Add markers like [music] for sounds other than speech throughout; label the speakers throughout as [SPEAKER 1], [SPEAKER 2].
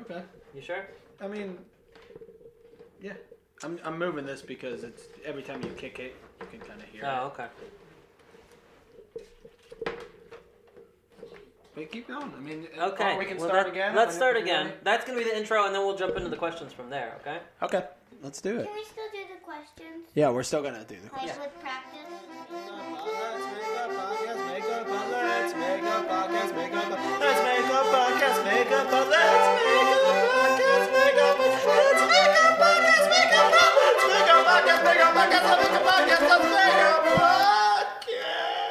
[SPEAKER 1] Okay.
[SPEAKER 2] You sure?
[SPEAKER 1] I mean, yeah. I'm, I'm moving this because it's every time you kick it, you can kind of hear.
[SPEAKER 2] Oh, okay.
[SPEAKER 1] it. But keep going. I mean, uh,
[SPEAKER 2] Okay.
[SPEAKER 1] or we can
[SPEAKER 2] well,
[SPEAKER 1] start
[SPEAKER 2] that-
[SPEAKER 1] again.
[SPEAKER 2] Let's
[SPEAKER 1] if-
[SPEAKER 2] start
[SPEAKER 1] if you're
[SPEAKER 2] again.
[SPEAKER 1] ready.
[SPEAKER 2] That's gonna be the intro, and then we'll jump into the questions from there. Okay.
[SPEAKER 1] Okay, let's do it.
[SPEAKER 3] Can we still do the questions?
[SPEAKER 1] Yeah, we're still gonna do the.
[SPEAKER 3] Like with practice?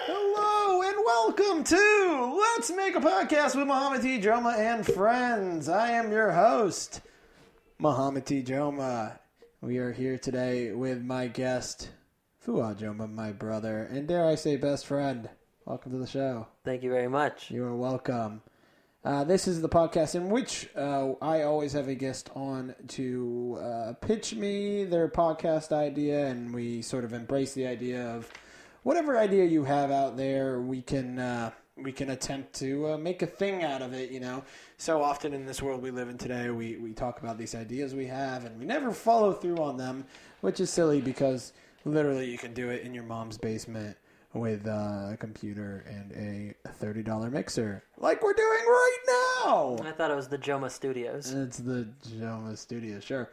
[SPEAKER 1] Hello and welcome to Let's Make a Podcast with Muhammad T. Joma and friends. I am your host, Muhammad T. Joma. We are here today with my guest, Fuad Joma, my brother, and dare I say, best friend. Welcome to the show.
[SPEAKER 2] Thank you very much.
[SPEAKER 1] You are welcome. Uh, this is the podcast in which uh, I always have a guest on to uh, pitch me their podcast idea, and we sort of embrace the idea of whatever idea you have out there, we can uh, we can attempt to uh, make a thing out of it. You know, so often in this world we live in today, we we talk about these ideas we have, and we never follow through on them, which is silly because literally you can do it in your mom's basement with uh, a computer and a $30 mixer, like we're doing right now.
[SPEAKER 2] I thought it was the Joma Studios.
[SPEAKER 1] It's the Joma Studio, sure.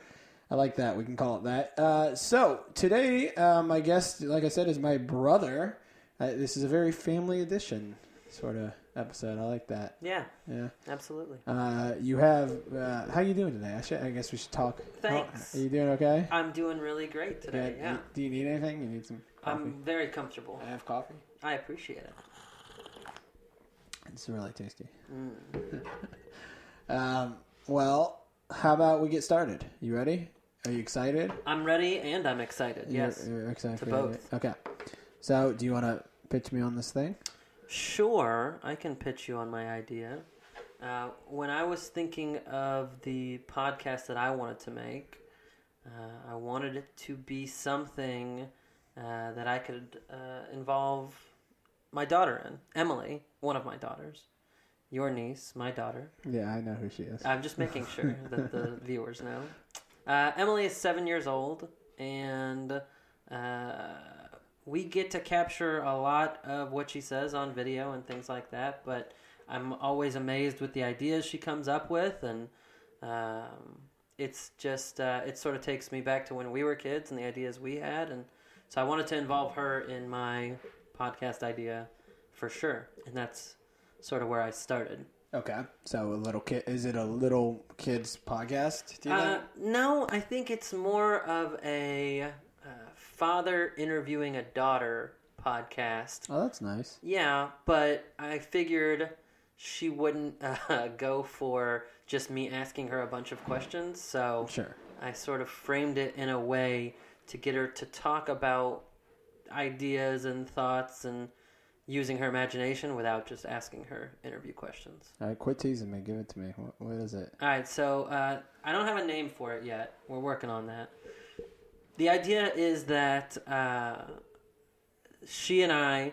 [SPEAKER 1] I like that. We can call it that. Uh, so today, uh, my guest, like I said, is my brother. Uh, this is a very family edition sort of episode. I like that.
[SPEAKER 2] Yeah,
[SPEAKER 1] Yeah.
[SPEAKER 2] absolutely.
[SPEAKER 1] Uh, you have uh, how you doing today? I should. I guess we should talk.
[SPEAKER 2] Thanks.
[SPEAKER 1] How- are you doing okay?
[SPEAKER 2] I'm doing really great today.
[SPEAKER 1] Good.
[SPEAKER 2] Yeah. Um,
[SPEAKER 1] You- Do you need anything? You need some coffee?
[SPEAKER 2] I'm very comfortable.
[SPEAKER 1] I have coffee.
[SPEAKER 2] I appreciate it.
[SPEAKER 1] It's really tasty. [laughs] um, well, how about we get started? You ready? Are you excited?
[SPEAKER 2] I'm ready and I'm excited.
[SPEAKER 1] You're-
[SPEAKER 2] Yes.
[SPEAKER 1] You're, excited
[SPEAKER 2] to
[SPEAKER 1] for the-
[SPEAKER 2] both.
[SPEAKER 1] Okay. So, do you want to pitch me on this thing?
[SPEAKER 2] Sure, I can pitch you on my idea. Uh, when I was thinking of the podcast that I wanted to make, uh, I wanted it to be something uh, that I could uh, involve my daughter in. Emily, one of my daughters, your niece, my daughter.
[SPEAKER 1] Yeah, I know who she is.
[SPEAKER 2] I'm just making sure that the viewers know. Uh, Emily is seven years old, and uh, we get to capture a lot of what she says on video and things like that. But I'm always amazed with the ideas she comes up with, and um, it's just uh, it sort of takes me back to when we were kids and the ideas we had, and so I wanted to involve her in my podcast idea for sure, and that's sort of where I started.
[SPEAKER 1] okay. So, a little kid. Is it a little kids podcast? Do you
[SPEAKER 2] Uh,
[SPEAKER 1] think?
[SPEAKER 2] no, I think it's more of a uh, father interviewing a daughter podcast.
[SPEAKER 1] Oh, that's nice.
[SPEAKER 2] Yeah, but I figured she wouldn't [laughs] uh, go for just me asking her a bunch of questions, so
[SPEAKER 1] Sure.
[SPEAKER 2] I sort of framed it in a way to get her to talk about ideas and thoughts and using her imagination without just asking her interview questions.
[SPEAKER 1] All right. Quit teasing me. Give it to me. What, what is it?
[SPEAKER 2] All right, so uh, I don't have a name for it yet. We're working on that. The idea is that uh, she and I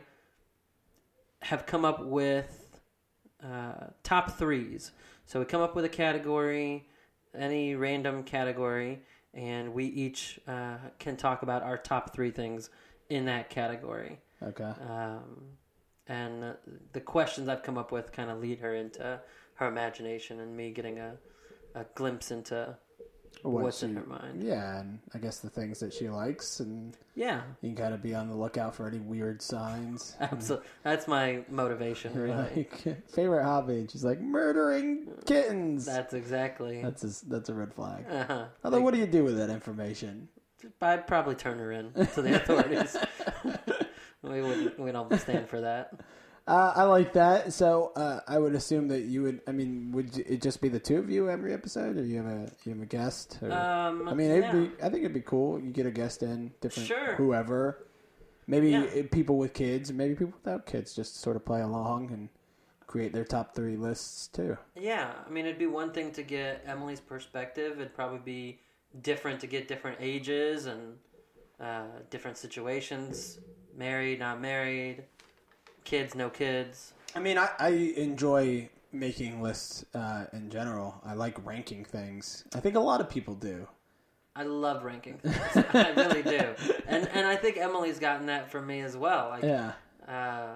[SPEAKER 2] have come up with uh, top threes. So we come up with a category, any random category, and we each uh, can talk about our top three things in that category.
[SPEAKER 1] Okay.
[SPEAKER 2] Um, and uh, the questions I've come up with kind of lead her into her imagination and me getting a, a glimpse into what's in
[SPEAKER 1] she-
[SPEAKER 2] her mind.
[SPEAKER 1] Yeah, and I guess the things that she likes, and
[SPEAKER 2] Yeah,
[SPEAKER 1] you gotta be on the lookout for any weird signs.
[SPEAKER 2] absolutely. That's my motivation,
[SPEAKER 1] You're [laughs]
[SPEAKER 2] really. [laughs]
[SPEAKER 1] like, favorite hobby. And she's like murdering kittens.
[SPEAKER 2] That's exactly.
[SPEAKER 1] that's a, that's a red flag.
[SPEAKER 2] Uh-huh.
[SPEAKER 1] Although, what do you do with that information?
[SPEAKER 2] I'd probably turn her in
[SPEAKER 1] [laughs]
[SPEAKER 2] to the authorities. [laughs] we wouldn't. We don't stand for that.
[SPEAKER 1] Uh, I like that. So uh, I would assume that you would. I mean, would it just be the two of you every episode, or you have a you have a guest? Or,
[SPEAKER 2] Um,
[SPEAKER 1] I mean, it'd
[SPEAKER 2] yeah.
[SPEAKER 1] be. I think it'd be cool. You get a guest in, different
[SPEAKER 2] Sure.
[SPEAKER 1] whoever. Maybe
[SPEAKER 2] Yeah.
[SPEAKER 1] it- people with kids, maybe people without kids, just sort of play along and create their top three lists too.
[SPEAKER 2] Yeah, I mean, it'd be one thing to get Emily's perspective. It'd probably be different to get different ages and uh, different situations married, not married, kids, no kids.
[SPEAKER 1] I mean, I, I enjoy making lists uh, in general. I like ranking things. I think a lot of people do.
[SPEAKER 2] I love ranking. Things. [laughs] I really do, and and I think Emily's gotten that from me as well. Like,
[SPEAKER 1] Yeah,
[SPEAKER 2] uh,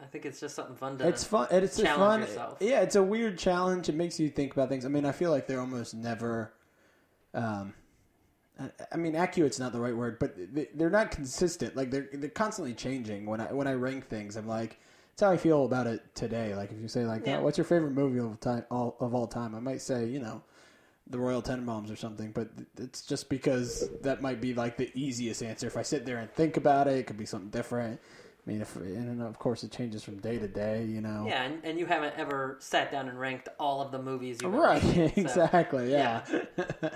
[SPEAKER 2] I think it's just something fun to.
[SPEAKER 1] it's fun. It's just
[SPEAKER 2] Challenge
[SPEAKER 1] fun.
[SPEAKER 2] yourself.
[SPEAKER 1] Yeah, it's a weird challenge. It makes you think about things. I mean, I feel like they're almost never. Um, I- I mean, accurate's not the right word, but they- they're not consistent. Like they're they're constantly changing. When I when I rank things, I'm like, it's how I feel about it today. Like if you say like,
[SPEAKER 2] Yeah.
[SPEAKER 1] "Oh, what's your favorite movie of time all, of all time? I might say, you know, the Royal Tenenbaums or something, but it's just because that might be like the easiest answer. If I sit there and think about it, it could be something different. I mean, if and then, of course it changes from day to day, you know.
[SPEAKER 2] Yeah, and, and you haven't ever sat down and ranked all of the movies you've ever
[SPEAKER 1] Right, [laughs]
[SPEAKER 2] seen, so-
[SPEAKER 1] exactly. Yeah.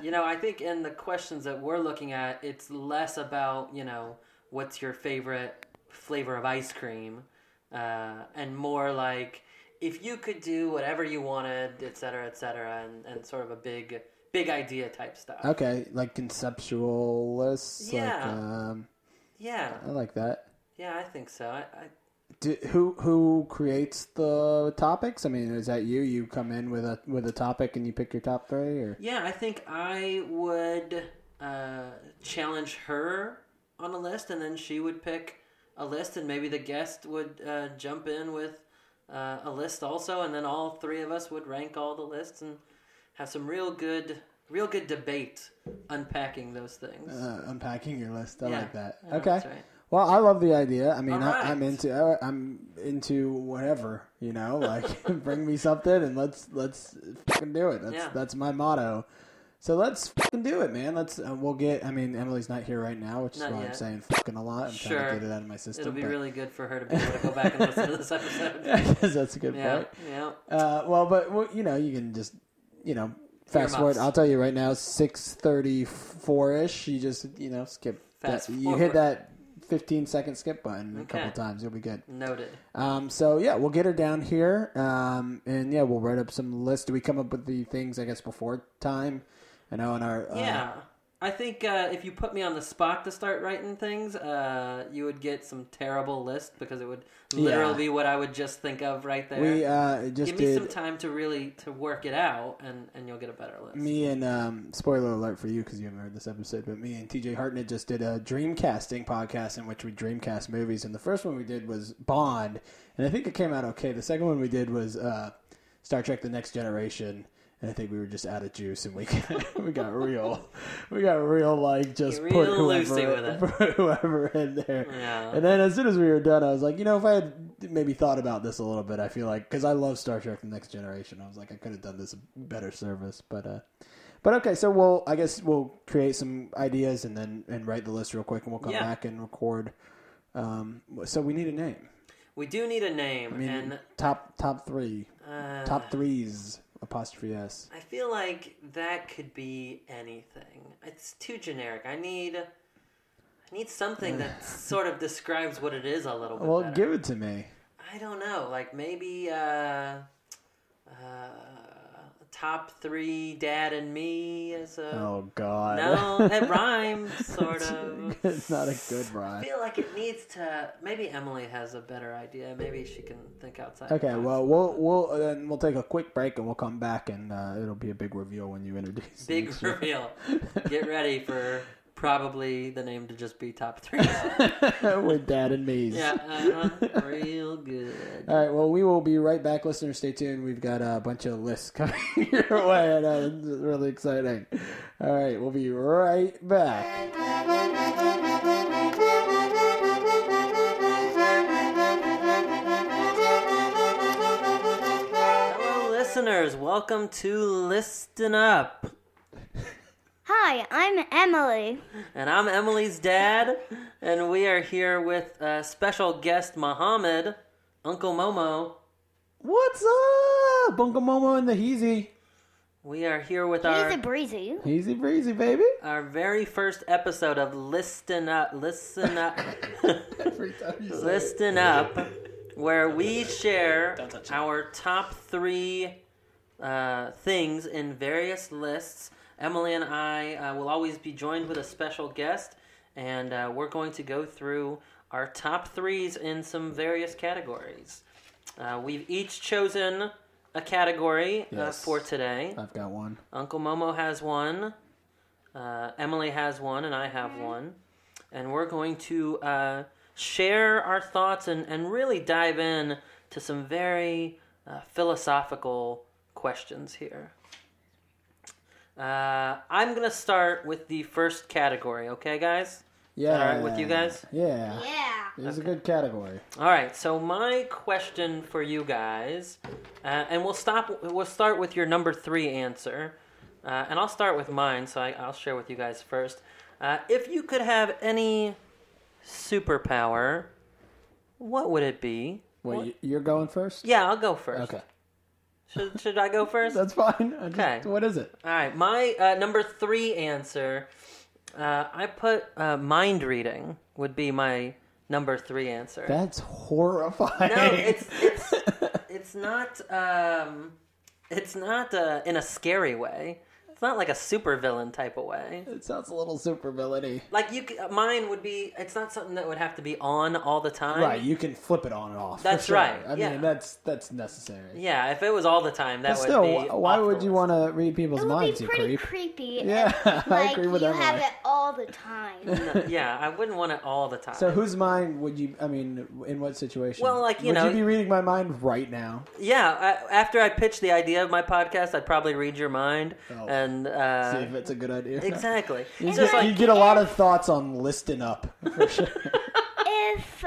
[SPEAKER 2] You know, I think in the questions that we're looking at, it's less about, you know, what's your favorite flavor of ice cream, uh, and more like if you could do whatever you wanted, et cetera, et cetera, and, and sort of a big, big idea type stuff.
[SPEAKER 1] okay, like conceptualists. Like,
[SPEAKER 2] Yeah.
[SPEAKER 1] um,
[SPEAKER 2] Yeah,
[SPEAKER 1] I like that.
[SPEAKER 2] yeah, I think so. I, I,
[SPEAKER 1] Do, who who creates the topics? I mean, is that you? You come in with a with a topic and you pick your top three, or
[SPEAKER 2] Yeah, I think I would uh, challenge her on a list, and then she would pick a list, and maybe the guest would uh, jump in with uh, a list also, and then all three of us would rank all the lists and have some real good, real good debate unpacking those things.
[SPEAKER 1] uh, unpacking your list? I
[SPEAKER 2] Yeah.
[SPEAKER 1] like that.
[SPEAKER 2] Yeah,
[SPEAKER 1] okay.
[SPEAKER 2] that's right.
[SPEAKER 1] Well, I love the idea. I mean,
[SPEAKER 2] All
[SPEAKER 1] I, I'm
[SPEAKER 2] right.
[SPEAKER 1] into I- I'm into whatever you know. [laughs] Like, bring me something and let's let's fucking do it. That's
[SPEAKER 2] Yeah.
[SPEAKER 1] that's my motto. So let's fucking do it, man. Let's uh, we'll get. I mean, Emily's not here right now, which is
[SPEAKER 2] Not
[SPEAKER 1] why I'm
[SPEAKER 2] yet.
[SPEAKER 1] saying fucking a lot. I'm trying
[SPEAKER 2] Sure.
[SPEAKER 1] to get it out of my system.
[SPEAKER 2] It'll be
[SPEAKER 1] but- [laughs]
[SPEAKER 2] really good for her to be able to go back and listen to this episode.
[SPEAKER 1] I guess that's a good
[SPEAKER 2] Yeah,
[SPEAKER 1] point.
[SPEAKER 2] yeah.
[SPEAKER 1] Uh, well, but well, you know, you can just you know fast forward.
[SPEAKER 2] Earmuffs.
[SPEAKER 1] I'll tell you right now, six thirty four ish. You just you know skip.
[SPEAKER 2] Fast
[SPEAKER 1] that, you hit
[SPEAKER 2] forward.
[SPEAKER 1] that fifteen second skip button a couple
[SPEAKER 2] Okay.
[SPEAKER 1] times. You'll be good.
[SPEAKER 2] Noted.
[SPEAKER 1] Um, so yeah, we'll get her down here, um, and yeah, we'll write up some list. Do we come up with the things I guess before time? I know in our uh,
[SPEAKER 2] Yeah. I think uh, if you put me on the spot to start writing things, uh, you would get some terrible list because it would literally
[SPEAKER 1] Yeah.
[SPEAKER 2] be what I would just think of right there.
[SPEAKER 1] we uh, just
[SPEAKER 2] Give me some
[SPEAKER 1] did
[SPEAKER 2] time to really to work it out, and, and you'll get a better list.
[SPEAKER 1] me and um, spoiler alert for you because you haven't heard this episode, but me and TJ Hartnett just did a dreamcasting podcast in which we dreamcast movies, and the first one we did was Bond, and I think it came out okay. The second one we did was uh, Star Trek: The Next Generation. And I think we were just out of juice, and we got, [laughs] we got real, we got real like just
[SPEAKER 2] Get
[SPEAKER 1] put
[SPEAKER 2] real
[SPEAKER 1] whoever,
[SPEAKER 2] loosey with it.
[SPEAKER 1] [laughs] put whoever in there.
[SPEAKER 2] Yeah.
[SPEAKER 1] And then as soon as we were done, I was like, you know, if I had maybe thought about this a little bit, I feel like because I love Star Trek: The Next Generation, I was like, I could have done this a better service, but uh, but okay, so we'll I guess we'll create some ideas and then and write the list real quick, and we'll come
[SPEAKER 2] Yeah.
[SPEAKER 1] back and record. Um, so we need a name.
[SPEAKER 2] We do need a name,
[SPEAKER 1] I mean,
[SPEAKER 2] and
[SPEAKER 1] top top three,
[SPEAKER 2] uh,
[SPEAKER 1] top threes apostrophe s.
[SPEAKER 2] I feel like that could be anything. It's too generic. I need I
[SPEAKER 1] [laughs]
[SPEAKER 2] need something that sort of describes what it is a little bit.
[SPEAKER 1] Well,
[SPEAKER 2] better.
[SPEAKER 1] give it to me.
[SPEAKER 2] I don't know. Like maybe uh, uh, top three, Dad and Me is a
[SPEAKER 1] Oh God,
[SPEAKER 2] no.
[SPEAKER 1] [laughs]
[SPEAKER 2] It rhymes, sort of.
[SPEAKER 1] it's not a good
[SPEAKER 2] I
[SPEAKER 1] rhyme.
[SPEAKER 2] feel like it needs to. Maybe Emily has a better idea. Maybe she can think outside. the
[SPEAKER 1] Okay,
[SPEAKER 2] box.
[SPEAKER 1] well, we'll we'll uh, then we'll take a quick break and we'll come back and uh, it'll be a big reveal when you introduce.
[SPEAKER 2] [laughs] big
[SPEAKER 1] [laughs] next year.
[SPEAKER 2] reveal. Get ready for probably the name to just be top
[SPEAKER 1] [laughs]
[SPEAKER 2] three.
[SPEAKER 1] with Dad and me.
[SPEAKER 2] yeah, uh-huh. real good.
[SPEAKER 1] All right. Well, we will be right back, listeners. Stay tuned. We've got a bunch of lists [laughs] coming your way. I know it's really exciting. All right, we'll be right back.
[SPEAKER 2] Hello, listeners. Welcome to Listen Up.
[SPEAKER 3] Hi, I'm Emily.
[SPEAKER 2] And I'm Emily's dad, and we are here with uh, special guest Mohammed, Uncle Momo.
[SPEAKER 1] What's up, Bunko Momo and the Heezy?
[SPEAKER 2] We are here with
[SPEAKER 3] He's a
[SPEAKER 2] our
[SPEAKER 3] breezy.
[SPEAKER 1] Heezy breezy, baby.
[SPEAKER 2] our very first episode of Listen Up, Listen Up, [laughs]
[SPEAKER 1] Every time you say it.
[SPEAKER 2] Listen Up, where we share our top three uh, things in various lists. Emily and I uh, will always be joined with a special guest, and uh, we're going to go through our top threes in some various categories. Uh, we've each chosen a category uh,
[SPEAKER 1] Yes.
[SPEAKER 2] for today.
[SPEAKER 1] I've got one.
[SPEAKER 2] Uncle Momo has one. Uh, Emily has one, and I have one. And we're going to uh, share our thoughts and, and really dive in to some very uh, philosophical questions here. Uh, I'm going to start with the first category, okay, guys?
[SPEAKER 1] Yeah.
[SPEAKER 2] all right with you guys?
[SPEAKER 1] Yeah.
[SPEAKER 3] Yeah.
[SPEAKER 1] It was a good category.
[SPEAKER 2] All right, so my question for you guys, uh, and we'll stop. We'll start with your number three answer, uh, and I'll start with mine. So I, I'll share with you guys first. Uh, if you could have any superpower, what would it be? What-
[SPEAKER 1] Wait, you- you're going first?
[SPEAKER 2] Yeah, I'll go first.
[SPEAKER 1] Okay.
[SPEAKER 2] Should, should I go
[SPEAKER 1] [laughs]
[SPEAKER 2] first?
[SPEAKER 1] That's fine. I just,
[SPEAKER 2] Okay.
[SPEAKER 1] What is it?
[SPEAKER 2] All right, my uh, number three answer. Uh, I put uh, mind reading would be my number three answer.
[SPEAKER 1] That's horrifying.
[SPEAKER 2] No, it's it's it's not um it's not uh, in a scary way. It's not like a supervillain type of way.
[SPEAKER 1] [laughs] it sounds a little super villainy.
[SPEAKER 2] Like you c- mine would be it's not something that would have to be on all the time.
[SPEAKER 1] Right, you can flip it on and off. for
[SPEAKER 2] That's
[SPEAKER 1] sure.
[SPEAKER 2] right,
[SPEAKER 1] I
[SPEAKER 2] yeah.
[SPEAKER 1] mean, that's that's necessary.
[SPEAKER 2] Yeah, if it was all the time that would
[SPEAKER 1] Still,
[SPEAKER 2] be
[SPEAKER 1] wh- why would you
[SPEAKER 2] awful.
[SPEAKER 1] want to read people's
[SPEAKER 3] It would
[SPEAKER 1] minds,
[SPEAKER 3] be
[SPEAKER 1] you
[SPEAKER 3] pretty
[SPEAKER 1] creep?
[SPEAKER 3] creepy.
[SPEAKER 1] [laughs] Yeah, I
[SPEAKER 3] Like
[SPEAKER 1] agree with
[SPEAKER 3] you
[SPEAKER 1] Emily.
[SPEAKER 3] have it all
[SPEAKER 1] [laughs]
[SPEAKER 3] the
[SPEAKER 2] [laughs]
[SPEAKER 3] time.
[SPEAKER 2] Yeah, I wouldn't want it all the time.
[SPEAKER 1] So whose mind would you? I mean, in what situation?
[SPEAKER 2] Well, like, you
[SPEAKER 1] would
[SPEAKER 2] know-
[SPEAKER 1] you be reading my mind right now?
[SPEAKER 2] yeah, I, after I pitched the idea of my podcast, I'd probably read your mind
[SPEAKER 1] Oh.
[SPEAKER 2] and uh
[SPEAKER 1] See if it's a good idea. or not. [laughs]
[SPEAKER 2] exactly.
[SPEAKER 1] You
[SPEAKER 2] It's
[SPEAKER 1] get,
[SPEAKER 2] just like
[SPEAKER 1] you get a lot of thoughts on listing up. For [laughs] sure.
[SPEAKER 3] if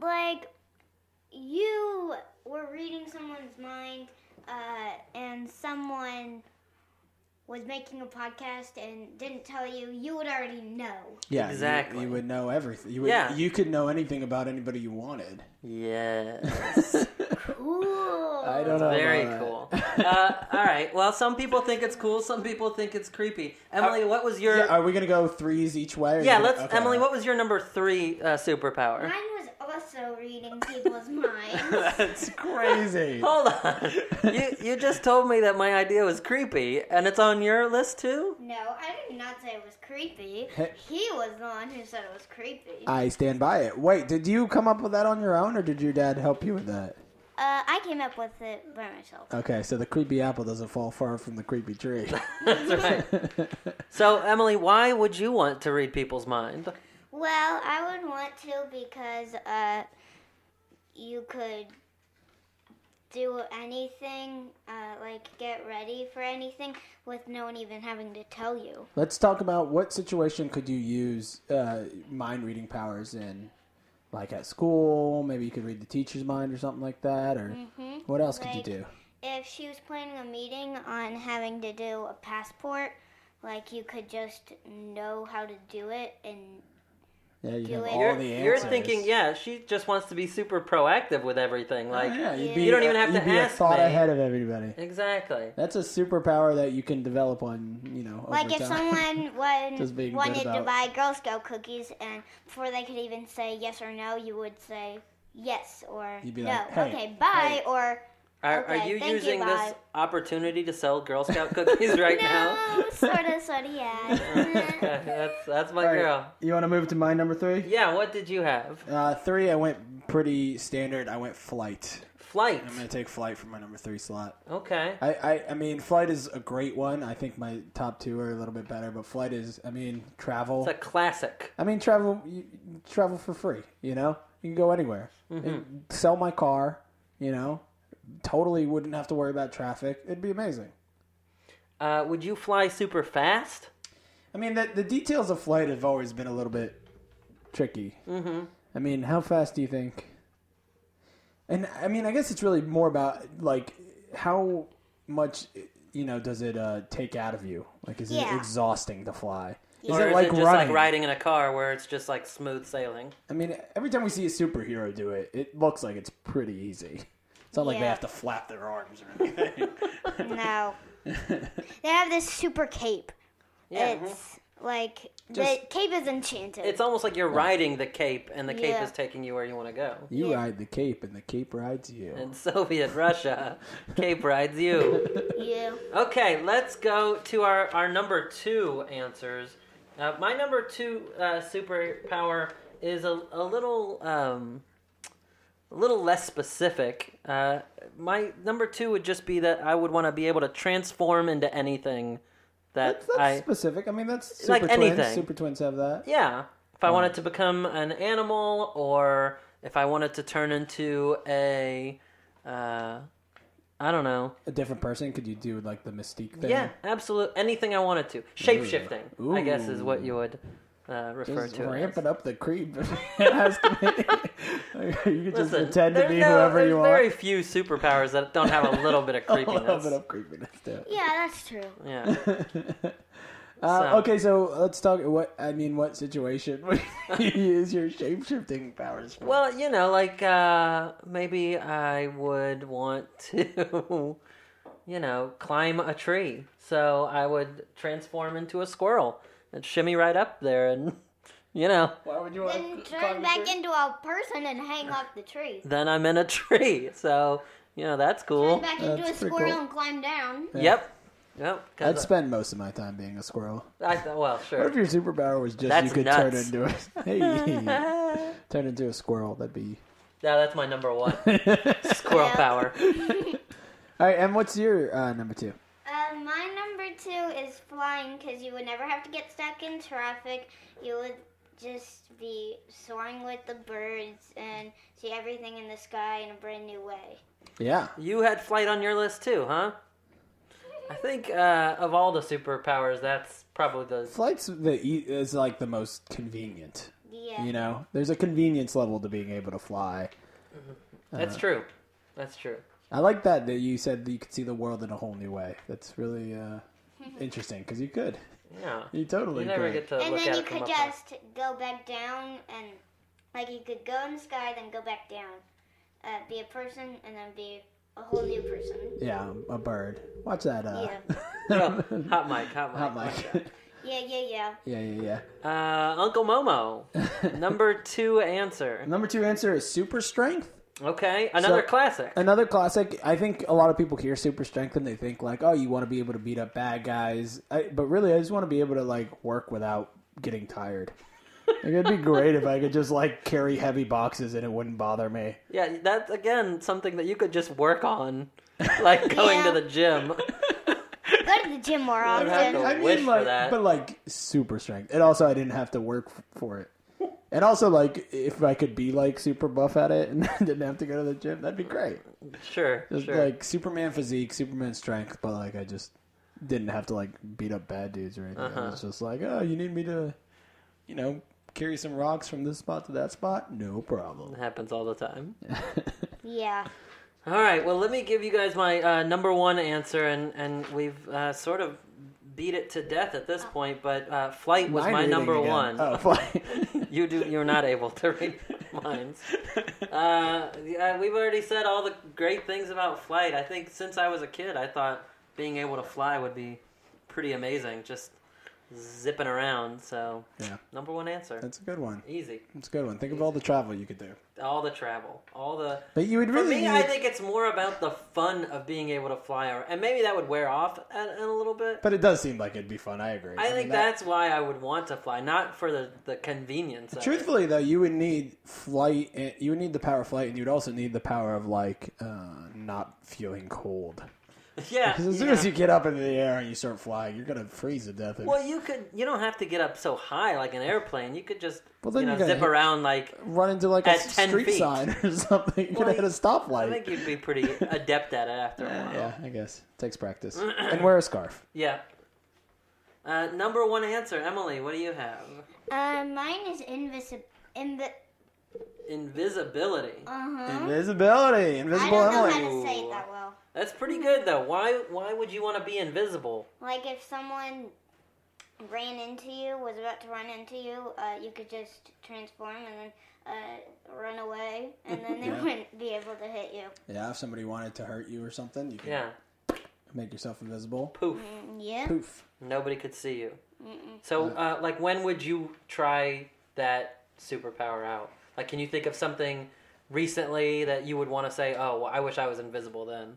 [SPEAKER 3] like you were reading someone's mind uh, and someone was making a podcast and didn't tell you, you would already know.
[SPEAKER 1] yeah, you-
[SPEAKER 2] Exactly.
[SPEAKER 1] You, would know everything. You would,
[SPEAKER 2] Yeah.
[SPEAKER 1] you could know anything about anybody you
[SPEAKER 2] [laughs]
[SPEAKER 1] wanted.
[SPEAKER 2] yes.
[SPEAKER 3] Cool.
[SPEAKER 1] I don't know.
[SPEAKER 2] Very
[SPEAKER 1] about that.
[SPEAKER 2] cool. uh, all right. Well, some people think it's cool. Some people think it's creepy. Emily, what was
[SPEAKER 1] [laughs]
[SPEAKER 2] your?
[SPEAKER 1] Yeah,
[SPEAKER 2] Yeah,
[SPEAKER 1] are we gonna go threes each way? or you-
[SPEAKER 2] let's.
[SPEAKER 1] okay.
[SPEAKER 2] Emily, what was your number three uh, superpower?
[SPEAKER 3] Mine was also reading
[SPEAKER 1] [laughs]
[SPEAKER 3] people's minds.
[SPEAKER 2] [laughs] That's
[SPEAKER 1] Crazy.
[SPEAKER 2] [laughs] Hold on. You you just told me that my idea was creepy, and it's on your list too.
[SPEAKER 3] No, I did not say it was
[SPEAKER 1] [laughs]
[SPEAKER 3] creepy.
[SPEAKER 1] Hey.
[SPEAKER 3] He was the one who said it was creepy. Uh,
[SPEAKER 1] I stand by it. Wait, did you come up with that on your own, or did your dad help you with that?
[SPEAKER 3] Uh, I came up with it by myself.
[SPEAKER 1] Okay, so the creepy apple doesn't fall far from the creepy tree.
[SPEAKER 2] That's [laughs] right. So Emily, why would you want to read people's mind?
[SPEAKER 3] Well, I would want to because uh, you could do anything, uh, like get ready for anything with no one even having to tell you.
[SPEAKER 1] [laughs] Let's talk about what situation could you use uh, mind reading powers in, like at school. Maybe you could read the teacher's mind or something like that. Or
[SPEAKER 2] Mm.
[SPEAKER 1] what else could
[SPEAKER 3] Mm-hmm. Like-
[SPEAKER 1] you do?
[SPEAKER 3] If she was planning a meeting on having to do a passport, like you could just know how to do it and
[SPEAKER 1] Yeah, you
[SPEAKER 3] do
[SPEAKER 1] have
[SPEAKER 3] it.
[SPEAKER 1] all
[SPEAKER 3] You're-
[SPEAKER 1] the answers.
[SPEAKER 2] You're thinking, yeah, she just wants to be super proactive with everything. Like,
[SPEAKER 1] yeah, you'd
[SPEAKER 3] You
[SPEAKER 1] be,
[SPEAKER 2] don't even have
[SPEAKER 1] you'd
[SPEAKER 2] to
[SPEAKER 1] be a
[SPEAKER 2] ask
[SPEAKER 1] thought
[SPEAKER 2] me.
[SPEAKER 1] ahead of everybody.
[SPEAKER 2] exactly.
[SPEAKER 1] That's a superpower that you can develop on, you know, over
[SPEAKER 3] Like if
[SPEAKER 1] time. [laughs]
[SPEAKER 3] someone
[SPEAKER 1] Just being
[SPEAKER 3] won,
[SPEAKER 1] good
[SPEAKER 3] wanted to
[SPEAKER 1] about-
[SPEAKER 3] buy Girl Scout cookies, and before they could even say yes or no, you would say yes or
[SPEAKER 1] You'd be
[SPEAKER 3] no,
[SPEAKER 1] like, "Hey,
[SPEAKER 3] okay, bye,
[SPEAKER 1] hey."
[SPEAKER 3] or
[SPEAKER 2] Are, are
[SPEAKER 3] Okay,
[SPEAKER 2] you
[SPEAKER 3] thank you,
[SPEAKER 2] using this
[SPEAKER 3] bye.
[SPEAKER 2] opportunity to sell Girl Scout cookies right now?
[SPEAKER 3] [laughs] no, sort of, sort of, yeah.
[SPEAKER 2] [laughs] that's that's my
[SPEAKER 1] All right,
[SPEAKER 2] girl.
[SPEAKER 1] You want to move to my number three?
[SPEAKER 2] Yeah, what did you have?
[SPEAKER 1] Uh, three, I went pretty standard. I went flight.
[SPEAKER 2] Flight.
[SPEAKER 1] I'm going to take flight for my number three slot.
[SPEAKER 2] Okay.
[SPEAKER 1] I, I, I mean, flight is a great one. I think my top two are a little bit better, but flight is, I mean, travel.
[SPEAKER 2] It's a classic.
[SPEAKER 1] I mean, travel, you, travel for free. You know, you can go anywhere.
[SPEAKER 2] Mm-hmm.
[SPEAKER 1] And Sell my car. You know, totally wouldn't have to worry about traffic. It'd be amazing.
[SPEAKER 2] Uh, would you fly super fast?
[SPEAKER 1] I mean, the, the details of flight have always been a little bit tricky. Mm-hmm. I mean, how fast do you think? And I mean, I guess it's really more about like how much you know does it uh, take out of you? Like, is
[SPEAKER 3] Yeah.
[SPEAKER 1] it exhausting to fly? Is
[SPEAKER 2] or
[SPEAKER 1] it
[SPEAKER 2] is
[SPEAKER 1] like
[SPEAKER 2] it just
[SPEAKER 1] running?
[SPEAKER 2] like riding in a car where it's just like smooth sailing?
[SPEAKER 1] I mean, every time we see a superhero do it, it looks like it's pretty easy. It's not like they
[SPEAKER 3] Yeah.
[SPEAKER 1] have to flap their arms or
[SPEAKER 2] [laughs]
[SPEAKER 1] anything.
[SPEAKER 3] no, they have this super cape.
[SPEAKER 2] Yeah. uh-huh. Mm-hmm.
[SPEAKER 3] It's like the
[SPEAKER 1] Just-
[SPEAKER 3] cape is enchanted.
[SPEAKER 2] It's almost like you're riding the cape and the cape
[SPEAKER 3] Yeah.
[SPEAKER 2] is taking you where you want to go.
[SPEAKER 1] you
[SPEAKER 3] Yeah.
[SPEAKER 1] ride the cape, and the cape rides you.
[SPEAKER 2] In [laughs] Soviet Russia, cape rides you.
[SPEAKER 3] you.
[SPEAKER 2] Okay, let's go to our, our number two answers. Uh, my number two uh, superpower is a, a little um, a little less specific. Uh, my number two would just be that I would want to be able to transform into anything that
[SPEAKER 1] That's, that's
[SPEAKER 2] I.
[SPEAKER 1] specific. I mean, that's Super
[SPEAKER 2] Like
[SPEAKER 1] Twins.
[SPEAKER 2] anything.
[SPEAKER 1] Super Twins have that.
[SPEAKER 2] Yeah. If I wanted to become an animal, or if I wanted to turn into a, uh, I don't know.
[SPEAKER 1] A different person. Could you do like the Mystique thing?
[SPEAKER 2] Yeah, absolutely. Anything I wanted to. Shape shifting, I guess, is what
[SPEAKER 1] Ooh.
[SPEAKER 2] you would uh, refer
[SPEAKER 1] Just
[SPEAKER 2] to. it as.
[SPEAKER 1] ramping up the creep. [laughs] Ask me. you could just
[SPEAKER 2] Listen,
[SPEAKER 1] pretend to
[SPEAKER 2] there's
[SPEAKER 1] be
[SPEAKER 2] no-
[SPEAKER 1] whoever you
[SPEAKER 2] there's
[SPEAKER 1] want.
[SPEAKER 2] very few superpowers that don't have [laughs] a little bit of
[SPEAKER 1] [laughs]
[SPEAKER 2] creepiness.
[SPEAKER 1] A little bit of creepiness too.
[SPEAKER 3] Yeah, that's true.
[SPEAKER 1] [laughs]
[SPEAKER 2] Yeah.
[SPEAKER 1] Uh,
[SPEAKER 2] So-
[SPEAKER 1] Okay, so let's talk. What I mean, what situation [laughs] would you use your shape shifting powers for?
[SPEAKER 2] Well, you know, like uh, maybe I would want to, [laughs] you know, climb a tree. So I would transform into a squirrel and shimmy right up there, and [laughs] you know,
[SPEAKER 1] Why would you want
[SPEAKER 3] Then
[SPEAKER 1] to climb
[SPEAKER 3] turn
[SPEAKER 1] a
[SPEAKER 3] back
[SPEAKER 1] tree?
[SPEAKER 3] into a person and hang off the tree.
[SPEAKER 2] then I'm in a tree. So you know, that's
[SPEAKER 3] Turn
[SPEAKER 2] cool.
[SPEAKER 3] back into a
[SPEAKER 1] That's pretty
[SPEAKER 3] squirrel
[SPEAKER 1] cool.
[SPEAKER 3] and climb down.
[SPEAKER 2] Yep. Yep.
[SPEAKER 1] I'd
[SPEAKER 2] 'cause
[SPEAKER 1] spend most of my time being a squirrel.
[SPEAKER 2] I, I, well,
[SPEAKER 1] What
[SPEAKER 2] sure.
[SPEAKER 1] if your superpower was just
[SPEAKER 2] That's
[SPEAKER 1] you could
[SPEAKER 2] nuts.
[SPEAKER 1] turn into a [laughs] hey,
[SPEAKER 2] [laughs] yeah,
[SPEAKER 1] turn into a squirrel? That'd be [laughs]
[SPEAKER 2] that's my number one
[SPEAKER 1] all
[SPEAKER 2] [laughs] squirrel
[SPEAKER 3] Yeah.
[SPEAKER 2] power.
[SPEAKER 1] right. And what's your uh, number two?
[SPEAKER 3] Uh, my number two is flying because you would never have to get stuck in traffic. You would just be soaring with the birds and see everything in the sky in a brand new way.
[SPEAKER 1] Yeah,
[SPEAKER 2] You had flight on your list too, huh? I think uh, of all the superpowers, that's probably the
[SPEAKER 1] flights the e- is like the most convenient.
[SPEAKER 3] Yeah.
[SPEAKER 1] You know, there's a convenience level to being able to fly. Uh.
[SPEAKER 2] That's true. That's true.
[SPEAKER 1] I like that that you said that you could see the world in a whole new way. That's really uh, interesting because you could.
[SPEAKER 2] Yeah.
[SPEAKER 1] You totally
[SPEAKER 2] You never
[SPEAKER 1] could.
[SPEAKER 2] get to
[SPEAKER 3] and
[SPEAKER 2] look
[SPEAKER 3] then
[SPEAKER 2] at
[SPEAKER 3] you
[SPEAKER 2] it from
[SPEAKER 3] could
[SPEAKER 2] up [laughs]
[SPEAKER 3] just go back down and, like, you could go in the sky, then go back down. Uh, be a person and then be a whole new person.
[SPEAKER 1] Yeah, a bird. Watch that. Uh, [laughs]
[SPEAKER 2] high. Yo, Oh, hot mic, hot mic.
[SPEAKER 1] Hot mic.
[SPEAKER 3] Yeah, yeah, yeah.
[SPEAKER 1] [laughs] yeah, yeah,
[SPEAKER 2] Uh, Uncle Momo,
[SPEAKER 1] yeah. [laughs]
[SPEAKER 2] number two answer.
[SPEAKER 1] Number two answer is super strength.
[SPEAKER 2] Okay, another
[SPEAKER 1] So-
[SPEAKER 2] classic.
[SPEAKER 1] Another classic. I think a lot of people hear super strength and they think like, oh, you want to be able to beat up bad guys. I, but really, I just want to be able to like work without getting tired. Like, it'd be great if I could just like carry heavy boxes and it wouldn't bother me.
[SPEAKER 2] Yeah, that's again something that you could just work on, [laughs] like going
[SPEAKER 3] Yeah.
[SPEAKER 2] to the gym.
[SPEAKER 1] [laughs]
[SPEAKER 3] Go to the gym more
[SPEAKER 2] I'd have
[SPEAKER 3] often.
[SPEAKER 2] to- wish for
[SPEAKER 1] like,
[SPEAKER 2] that.
[SPEAKER 1] but like super strength, and also I didn't have to work f- for it. And also, like, if I could be like super buff at it [laughs] and didn't have to go to the gym, that'd be great.
[SPEAKER 2] sure,
[SPEAKER 1] Just
[SPEAKER 2] sure.
[SPEAKER 1] like Superman physique, Superman strength, but like I just didn't have to like beat up bad dudes or anything.
[SPEAKER 2] Uh-huh.
[SPEAKER 1] It was just like, oh, you need me to, you know, carry some rocks from this spot to that spot? No problem.
[SPEAKER 2] It happens all the time.
[SPEAKER 3] Yeah.
[SPEAKER 2] All right, well, let me give you guys my uh, number one answer, and and we've uh, sort of beat it to death at this point. But uh, flight was
[SPEAKER 1] Mind
[SPEAKER 2] my
[SPEAKER 1] reading
[SPEAKER 2] number
[SPEAKER 1] again.
[SPEAKER 2] one.
[SPEAKER 1] Oh, [laughs] fine.
[SPEAKER 2] [laughs] you do you're not able to read [laughs] minds uh, yeah, we've already said all the great things about flight i think since i was a kid i thought being able to fly would be pretty amazing just zipping around so
[SPEAKER 1] Yeah.
[SPEAKER 2] number one answer
[SPEAKER 1] That's a good one.
[SPEAKER 2] easy
[SPEAKER 1] That's a good one. Think of all the travel you could do.
[SPEAKER 2] all the travel all the
[SPEAKER 1] But you would
[SPEAKER 2] for
[SPEAKER 1] really
[SPEAKER 2] me
[SPEAKER 1] need-
[SPEAKER 2] i think it's more about the fun of being able to fly or, and maybe that would wear off in a little bit
[SPEAKER 1] But it does seem like it'd be fun. I agree.
[SPEAKER 2] i
[SPEAKER 1] mean,
[SPEAKER 2] think that's why i would want to fly not for the, the convenience of it.
[SPEAKER 1] Truthfully, though, you would need flight. And, you would need the power of flight, and you would also need the power of like uh, not feeling cold.
[SPEAKER 2] [laughs] yeah
[SPEAKER 1] Because as soon
[SPEAKER 2] yeah.
[SPEAKER 1] as you get up into the air and you start flying, you're gonna freeze to death. And,
[SPEAKER 2] Well, you could. You don't have to get up so high like an airplane. You could just
[SPEAKER 1] Well, then
[SPEAKER 2] you know
[SPEAKER 1] you gotta
[SPEAKER 2] zip
[SPEAKER 1] hit-
[SPEAKER 2] around like.
[SPEAKER 1] run into like a
[SPEAKER 2] At 10
[SPEAKER 1] street
[SPEAKER 2] feet.
[SPEAKER 1] sign or [laughs] something. You're gonna hit
[SPEAKER 2] Well,
[SPEAKER 1] a
[SPEAKER 2] I
[SPEAKER 1] stoplight.
[SPEAKER 2] think you'd be
[SPEAKER 1] [laughs]
[SPEAKER 2] pretty adept at it after a
[SPEAKER 1] Yeah,
[SPEAKER 2] while.
[SPEAKER 1] yeah, I guess takes
[SPEAKER 2] [clears throat]
[SPEAKER 1] practice. and wear a scarf.
[SPEAKER 2] Yeah. Uh, number one answer, Emily. What do you have?
[SPEAKER 3] Uh, mine is invisible. Invi-
[SPEAKER 2] Invisibility.
[SPEAKER 3] uh-huh.
[SPEAKER 1] Invisibility,
[SPEAKER 3] I
[SPEAKER 1] invisible
[SPEAKER 3] don't know
[SPEAKER 1] Emily.
[SPEAKER 3] how to say it that well.
[SPEAKER 2] That's pretty good though. Why? Why would you want to be invisible?
[SPEAKER 3] Like if someone ran into you, was about to run into you, uh, you could just transform and then uh, run away, and
[SPEAKER 2] [laughs]
[SPEAKER 3] then they
[SPEAKER 1] Yeah.
[SPEAKER 3] wouldn't be able to hit you.
[SPEAKER 1] Yeah, if somebody wanted to hurt you or something, you can
[SPEAKER 2] Yeah.
[SPEAKER 1] make yourself invisible.
[SPEAKER 2] Poof.
[SPEAKER 3] Mm, yeah.
[SPEAKER 1] Poof.
[SPEAKER 2] Nobody could see you.
[SPEAKER 3] Mm-mm.
[SPEAKER 2] So, uh, like, when would you try that superpower out? Like, can you think of something recently that you would want to say, "Oh, well, I wish I was invisible then"?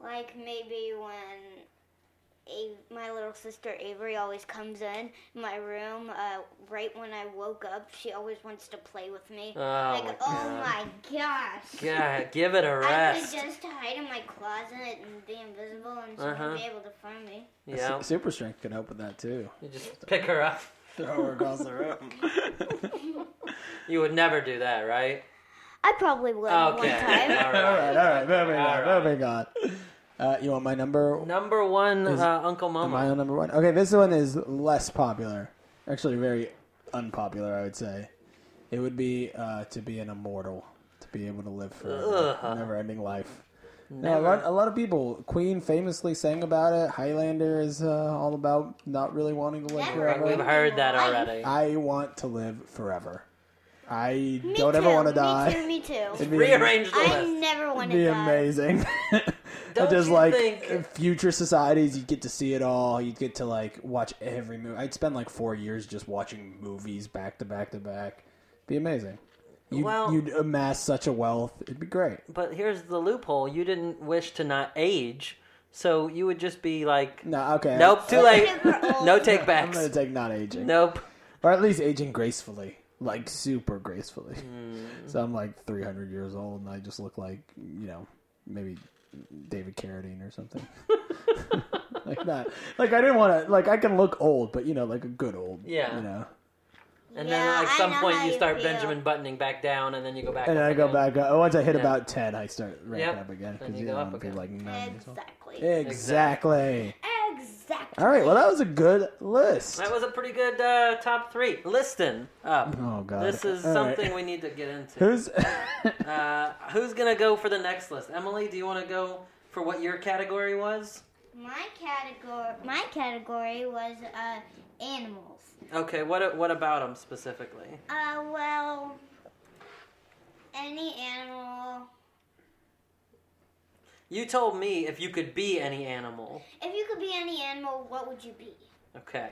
[SPEAKER 3] Like maybe when a, my little sister Avery always comes in my room uh, right when I woke up. She always wants to play with me.
[SPEAKER 2] Oh
[SPEAKER 3] like,
[SPEAKER 2] my
[SPEAKER 3] oh
[SPEAKER 2] God.
[SPEAKER 3] my gosh.
[SPEAKER 2] God, give it a
[SPEAKER 3] [laughs] I could
[SPEAKER 2] rest.
[SPEAKER 3] just hide in my closet and be invisible and she
[SPEAKER 2] Uh-huh.
[SPEAKER 3] won't be able to find me.
[SPEAKER 2] Yeah,
[SPEAKER 1] Su- super strength could help with that too.
[SPEAKER 2] you
[SPEAKER 3] [laughs]
[SPEAKER 2] just pick her up.
[SPEAKER 1] Throw her across the room.
[SPEAKER 2] You would never do that, right?
[SPEAKER 3] I probably would one
[SPEAKER 2] Okay.
[SPEAKER 3] time.
[SPEAKER 2] All
[SPEAKER 1] all
[SPEAKER 2] right.
[SPEAKER 1] right, all right, moving
[SPEAKER 2] All
[SPEAKER 1] on,
[SPEAKER 2] right.
[SPEAKER 1] moving on. Uh, you want my number?
[SPEAKER 2] Number one, uh, Uncle Mama.
[SPEAKER 1] My own number one. Okay, this one is less popular. Actually, very unpopular, I would say. It would be uh, to be an immortal, to be able to live for
[SPEAKER 2] Ugh.
[SPEAKER 1] a never-ending life. Now, a, lot, a lot of people. Queen famously sang about it. Highlander is uh, all about not really wanting to live
[SPEAKER 3] Right,
[SPEAKER 2] Right,
[SPEAKER 1] forever.
[SPEAKER 2] we've heard that already.
[SPEAKER 3] [laughs]
[SPEAKER 1] I want to live forever. I
[SPEAKER 3] Me
[SPEAKER 1] don't
[SPEAKER 3] too.
[SPEAKER 1] ever want to
[SPEAKER 3] me
[SPEAKER 1] die.
[SPEAKER 3] Too, me too.
[SPEAKER 1] It'd be-
[SPEAKER 2] Rearrange the
[SPEAKER 3] I
[SPEAKER 2] list.
[SPEAKER 3] never want
[SPEAKER 1] be
[SPEAKER 3] to die.
[SPEAKER 1] amazing. [laughs]
[SPEAKER 2] Don't
[SPEAKER 1] just
[SPEAKER 2] you
[SPEAKER 1] like
[SPEAKER 2] think-
[SPEAKER 1] future societies, you get to see it all. You get to like watch every movie. I'd spend like four years just watching movies back to back to back. Be amazing. You,
[SPEAKER 2] Well-
[SPEAKER 1] you'd amass such a wealth. It'd be great.
[SPEAKER 2] But here's the loophole: you didn't wish to not age, so you would just be like,
[SPEAKER 1] No, okay.
[SPEAKER 2] "Nope, too late.
[SPEAKER 3] We're
[SPEAKER 2] [laughs] no
[SPEAKER 3] old.
[SPEAKER 2] take
[SPEAKER 1] I'm gonna
[SPEAKER 2] backs.
[SPEAKER 1] take not aging,
[SPEAKER 2] Nope."
[SPEAKER 1] or at least aging gracefully, like super gracefully. So I'm like 300 years old, and I just look like you know maybe David Carradine or something. [laughs] like that. Like I didn't want to. Like I can look old, but you know, like a good old.
[SPEAKER 2] Yeah.
[SPEAKER 1] You know,
[SPEAKER 2] And
[SPEAKER 3] Yeah,
[SPEAKER 2] then at
[SPEAKER 3] I
[SPEAKER 2] like, some
[SPEAKER 3] know
[SPEAKER 2] point
[SPEAKER 3] how
[SPEAKER 2] you
[SPEAKER 3] you
[SPEAKER 2] start
[SPEAKER 3] feel.
[SPEAKER 2] Benjamin buttoning back down, and then you go back.
[SPEAKER 1] and
[SPEAKER 2] up
[SPEAKER 1] I go
[SPEAKER 2] again.
[SPEAKER 1] back up. Once I hit
[SPEAKER 2] Yeah.
[SPEAKER 1] about ten, I start ramping
[SPEAKER 2] Yep.
[SPEAKER 1] up again
[SPEAKER 2] Then
[SPEAKER 1] because
[SPEAKER 2] you
[SPEAKER 1] you
[SPEAKER 2] go
[SPEAKER 1] don't
[SPEAKER 2] up
[SPEAKER 1] want to be
[SPEAKER 2] again.
[SPEAKER 1] like nine years old.
[SPEAKER 3] Exactly.
[SPEAKER 1] Exactly.
[SPEAKER 3] Exactly.
[SPEAKER 1] All right. Well, that was a good list.
[SPEAKER 2] That was a pretty good uh, top three. Listen up.
[SPEAKER 1] Oh god.
[SPEAKER 2] This is
[SPEAKER 1] All right.
[SPEAKER 2] something we need to get into.
[SPEAKER 1] [laughs]
[SPEAKER 2] [laughs]
[SPEAKER 1] Who's?
[SPEAKER 2] Uh, who's gonna go for the next list? Emily, do you want to go for what your category was?
[SPEAKER 3] My category, my category was uh, animals.
[SPEAKER 2] Okay, what what about them specifically?
[SPEAKER 3] Uh, well, any animal.
[SPEAKER 2] You told me if you could be any animal.
[SPEAKER 3] If you could be any animal, what would you be?
[SPEAKER 2] Okay.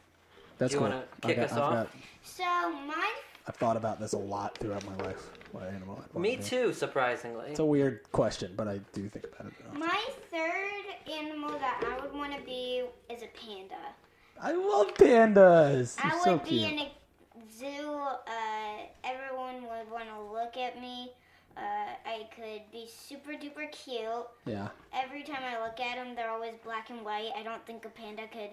[SPEAKER 1] [laughs] That's
[SPEAKER 2] you
[SPEAKER 1] cool.
[SPEAKER 2] wanna
[SPEAKER 1] I
[SPEAKER 2] kick
[SPEAKER 1] got-
[SPEAKER 2] us
[SPEAKER 1] I've
[SPEAKER 2] off?
[SPEAKER 1] got-
[SPEAKER 3] So my
[SPEAKER 1] I've thought about this a lot throughout my life. What animal? I'd want
[SPEAKER 2] Me
[SPEAKER 1] to be.
[SPEAKER 2] too, surprisingly.
[SPEAKER 1] It's a weird question, but I do think about it. enough.
[SPEAKER 3] my third animal that I would want to be is a panda.
[SPEAKER 1] I love pandas. They're
[SPEAKER 3] I
[SPEAKER 1] so
[SPEAKER 3] would be
[SPEAKER 1] cute.
[SPEAKER 3] in a zoo. Uh, everyone would want to look at me. Uh, I could be super duper cute.
[SPEAKER 1] yeah.
[SPEAKER 3] Every time I look at them, they're always black and white. I don't think a panda could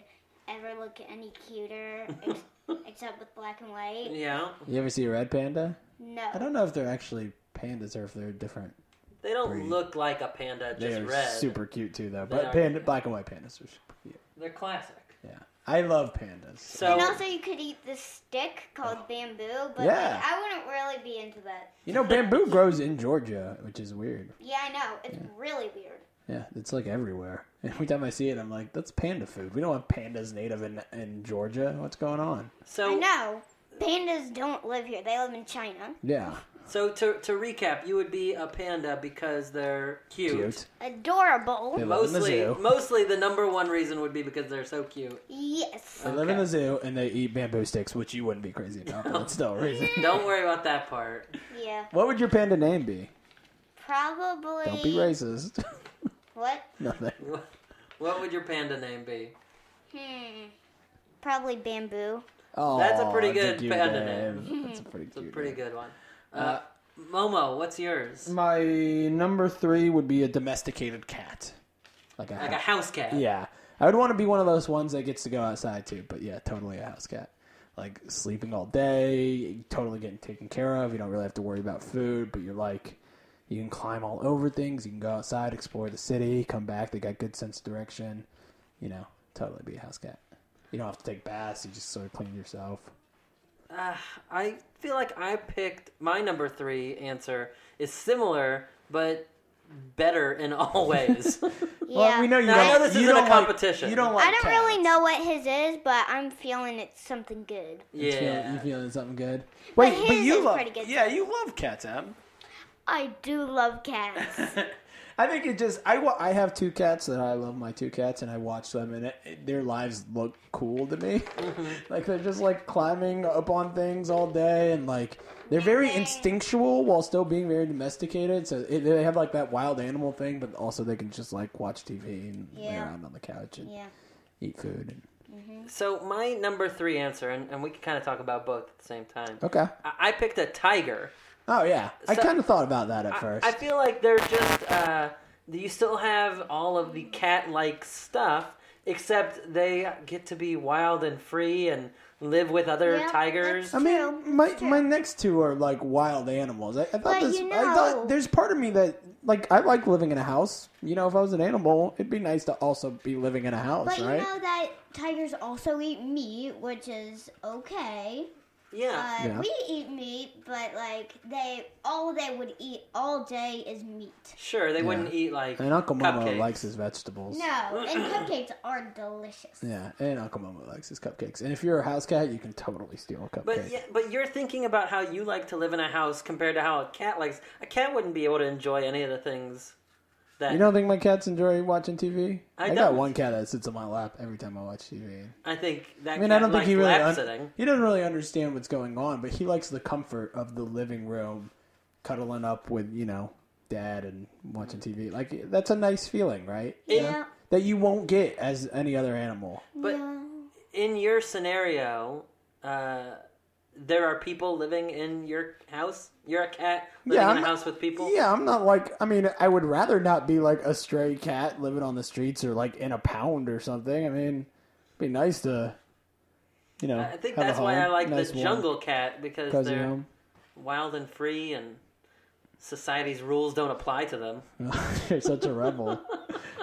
[SPEAKER 3] ever look any cuter
[SPEAKER 1] [laughs]
[SPEAKER 3] ex- except with black and white.
[SPEAKER 2] yeah.
[SPEAKER 1] You ever see a red panda?
[SPEAKER 3] No.
[SPEAKER 1] I don't know if they're actually pandas or if they're different.
[SPEAKER 2] They don't
[SPEAKER 1] Breed.
[SPEAKER 2] look like a panda,
[SPEAKER 1] They
[SPEAKER 2] just
[SPEAKER 1] are
[SPEAKER 2] red.
[SPEAKER 1] super cute too, though.
[SPEAKER 2] are
[SPEAKER 1] But panda, black and white pandas are super cute.
[SPEAKER 2] They're classic.
[SPEAKER 1] Yeah, I love pandas.
[SPEAKER 2] So
[SPEAKER 3] And also, you could eat this stick called bamboo, but
[SPEAKER 1] Oh. Yeah.
[SPEAKER 3] like, I wouldn't really be into that.
[SPEAKER 1] You know, bamboo grows in Georgia, which is weird.
[SPEAKER 3] Yeah, I know. It's really weird.
[SPEAKER 1] Yeah, it's like everywhere. [laughs] Every time I see it, I'm like, that's panda food. We don't have pandas native in in Georgia. What's going on?
[SPEAKER 3] I
[SPEAKER 2] so
[SPEAKER 3] know. Pandas don't live here, they live in China.
[SPEAKER 1] Yeah,
[SPEAKER 2] so to to recap, you would be a panda because they're cute.
[SPEAKER 1] cute. They
[SPEAKER 3] Adorable.
[SPEAKER 1] live in the
[SPEAKER 2] Mostly,
[SPEAKER 1] zoo.
[SPEAKER 2] mostly the number one reason would be because they're so cute.
[SPEAKER 3] Yes.
[SPEAKER 1] They live in
[SPEAKER 2] Okay.
[SPEAKER 1] the zoo and they eat bamboo sticks, which you wouldn't be crazy about, but it's
[SPEAKER 2] [laughs]
[SPEAKER 1] still a reason.
[SPEAKER 2] Don't worry about that part. [laughs]
[SPEAKER 3] Yeah.
[SPEAKER 1] What would your panda name be?
[SPEAKER 3] Probably.
[SPEAKER 1] Don't be racist. [laughs]
[SPEAKER 3] What?
[SPEAKER 1] Nothing.
[SPEAKER 2] What would your panda name be?
[SPEAKER 3] Hmm. Probably bamboo.
[SPEAKER 1] Oh,
[SPEAKER 2] That's a pretty good
[SPEAKER 1] cute
[SPEAKER 2] panda
[SPEAKER 1] That's a pretty
[SPEAKER 2] It's a
[SPEAKER 1] cute.
[SPEAKER 2] pretty
[SPEAKER 1] name.
[SPEAKER 2] good one. Uh, Momo, what's yours?
[SPEAKER 1] My number three would be a domesticated cat, like a,
[SPEAKER 2] Like a
[SPEAKER 1] house.
[SPEAKER 2] house cat.
[SPEAKER 1] yeah. I would want to be one of those ones that gets to go outside too. But yeah, totally a house cat, like sleeping all day, totally getting taken care of. You don't really have to worry about food, but you're like, you can climb all over things. You can go outside, explore the city, come back. They got good sense of direction. You know, totally be a house cat. You don't have to take baths. You just sort of clean yourself.
[SPEAKER 2] Uh, I feel like I picked my number three answer is similar, but better
[SPEAKER 1] [laughs]
[SPEAKER 2] in all ways.
[SPEAKER 3] Yeah.
[SPEAKER 1] Well, we know you
[SPEAKER 2] Now, I
[SPEAKER 1] don't.
[SPEAKER 2] know this
[SPEAKER 1] you
[SPEAKER 2] isn't a
[SPEAKER 1] don't like-
[SPEAKER 2] competition.
[SPEAKER 1] you don't like.
[SPEAKER 3] I don't
[SPEAKER 1] cats.
[SPEAKER 3] really know what his is, but I'm feeling it's something good.
[SPEAKER 1] You feel-
[SPEAKER 2] [laughs] yeah.
[SPEAKER 1] you feeling something good?
[SPEAKER 3] But his is
[SPEAKER 1] love.
[SPEAKER 3] pretty good.
[SPEAKER 1] Yeah, you love cats, Em.
[SPEAKER 3] I do
[SPEAKER 1] [laughs]
[SPEAKER 3] love cats.
[SPEAKER 1] I think it just I wa- I have two cats that I love my two cats and I watch them and it, it- their lives look cool to me.
[SPEAKER 2] Mm-hmm.
[SPEAKER 1] [laughs] like they're just like climbing up on things all day and like they're very instinctual while still being very domesticated. So it, they have like that wild animal thing, but also they can just like watch TV and lay
[SPEAKER 3] Yeah.
[SPEAKER 1] around on the couch and
[SPEAKER 3] yeah.
[SPEAKER 1] eat food. And,
[SPEAKER 2] So my number three answer, and, and we can kind of talk about both at the same time.
[SPEAKER 1] okay.
[SPEAKER 2] I, I picked a tiger.
[SPEAKER 1] Oh yeah, I
[SPEAKER 2] So-
[SPEAKER 1] kind of thought about that at
[SPEAKER 2] I-
[SPEAKER 1] first.
[SPEAKER 2] I, feel like they're just uh, you still have all of the cat-like stuff, except they get to be wild and free and live with other
[SPEAKER 3] Yeah,
[SPEAKER 2] tigers.
[SPEAKER 1] I mean, my my next two are like wild animals. I, I thought
[SPEAKER 3] But
[SPEAKER 1] this.
[SPEAKER 3] you
[SPEAKER 1] I
[SPEAKER 3] know-
[SPEAKER 1] thought there's part of me that like I like living in a house. You know, if I was an animal, it'd be nice to also be living in a house,
[SPEAKER 3] But
[SPEAKER 1] right?
[SPEAKER 3] you know that tigers also eat meat, which is okay.
[SPEAKER 2] Yeah,
[SPEAKER 3] Uh,
[SPEAKER 1] Yeah.
[SPEAKER 3] We eat meat, but like they all they would eat all day is meat.
[SPEAKER 2] sure. They wouldn't eat like
[SPEAKER 1] and Uncle Momo
[SPEAKER 2] cupcakes.
[SPEAKER 1] likes his vegetables.
[SPEAKER 3] No,
[SPEAKER 1] [clears throat]
[SPEAKER 3] and cupcakes are delicious.
[SPEAKER 1] Yeah, and Uncle Momo likes his cupcakes. And if you're a house cat, you can totally steal a cupcake.
[SPEAKER 2] But yeah, but you're thinking about how you like to live in a house compared to how a cat likes. A cat wouldn't be able to enjoy any of the things that
[SPEAKER 1] You don't think my cats enjoy watching TV? I,
[SPEAKER 2] I
[SPEAKER 1] got
[SPEAKER 2] don't.
[SPEAKER 1] one cat that sits on my lap every time I watch TV.
[SPEAKER 2] I think that.
[SPEAKER 1] I mean,
[SPEAKER 2] cat
[SPEAKER 1] I don't think
[SPEAKER 2] likes
[SPEAKER 1] he really
[SPEAKER 2] lap
[SPEAKER 1] un-
[SPEAKER 2] sitting.
[SPEAKER 1] he doesn't really understand what's going on, but he likes the comfort of the living room, cuddling up with you know dad and watching TV. Like that's a nice feeling, right? You know?
[SPEAKER 3] Yeah.
[SPEAKER 1] That you won't get as any other animal.
[SPEAKER 2] But-
[SPEAKER 3] no.
[SPEAKER 2] in your scenario, uh, there are people living in your house. You're a cat living
[SPEAKER 1] Yeah,
[SPEAKER 2] in a
[SPEAKER 1] I'm-
[SPEAKER 2] house with people.
[SPEAKER 1] Yeah, I'm not like. I mean, I would rather not be like a stray cat living on the streets or like in a pound or something. I mean, it'd be nice to, you know.
[SPEAKER 2] I think
[SPEAKER 1] have a
[SPEAKER 2] that's why
[SPEAKER 1] home,
[SPEAKER 2] I like
[SPEAKER 1] nice
[SPEAKER 2] the
[SPEAKER 1] warm
[SPEAKER 2] jungle cat because
[SPEAKER 1] cozy
[SPEAKER 2] they're
[SPEAKER 1] home. [laughs]
[SPEAKER 2] wild and free, and society's rules don't apply
[SPEAKER 1] [laughs]
[SPEAKER 2] to them.
[SPEAKER 1] You're such a rebel.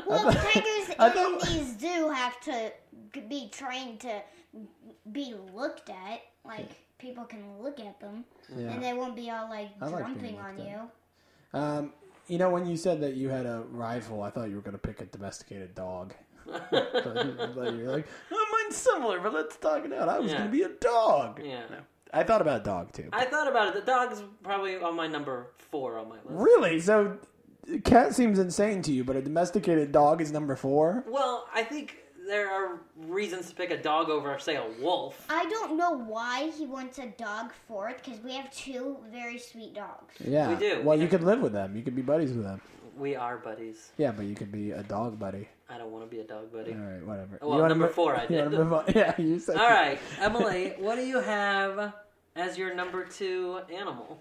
[SPEAKER 3] Well, tigers
[SPEAKER 1] [laughs] I
[SPEAKER 3] in
[SPEAKER 1] thought-
[SPEAKER 3] these do have to g- be trained to be looked at. Like people can look at them,
[SPEAKER 1] Yeah.
[SPEAKER 3] and they won't be all like
[SPEAKER 1] I like being
[SPEAKER 3] jumping on
[SPEAKER 1] looked at.
[SPEAKER 3] you.
[SPEAKER 1] Um, you know, when you said that you had a rival, I thought you were going to pick a domesticated dog. [laughs] But You're like, oh, mine's similar, but let's talk it out. I was
[SPEAKER 2] Yeah.
[SPEAKER 1] going to be a dog.
[SPEAKER 2] Yeah,
[SPEAKER 1] I thought about a dog too.
[SPEAKER 2] I thought about it. The dog's probably on my number four on my list.
[SPEAKER 1] Really? So, cat seems insane to you, but a domesticated dog is number four?
[SPEAKER 2] Well, I think there are reasons to pick a dog over, say, a wolf.
[SPEAKER 3] I don't know why he wants a dog fourth because we have two very sweet dogs.
[SPEAKER 1] Yeah.
[SPEAKER 2] We do.
[SPEAKER 1] Well,
[SPEAKER 2] We
[SPEAKER 1] you
[SPEAKER 2] have-
[SPEAKER 1] could live with them. You could be buddies with them.
[SPEAKER 2] We are buddies.
[SPEAKER 1] Yeah, but you could be a dog buddy.
[SPEAKER 2] I don't want to be a dog buddy.
[SPEAKER 1] All right, whatever.
[SPEAKER 2] Well,
[SPEAKER 1] wanna
[SPEAKER 2] number
[SPEAKER 1] mo- [laughs]
[SPEAKER 2] four I
[SPEAKER 1] you wanna
[SPEAKER 2] did.
[SPEAKER 1] move on? Yeah, you said.
[SPEAKER 2] All right, Emily, what do you have as your number two animal?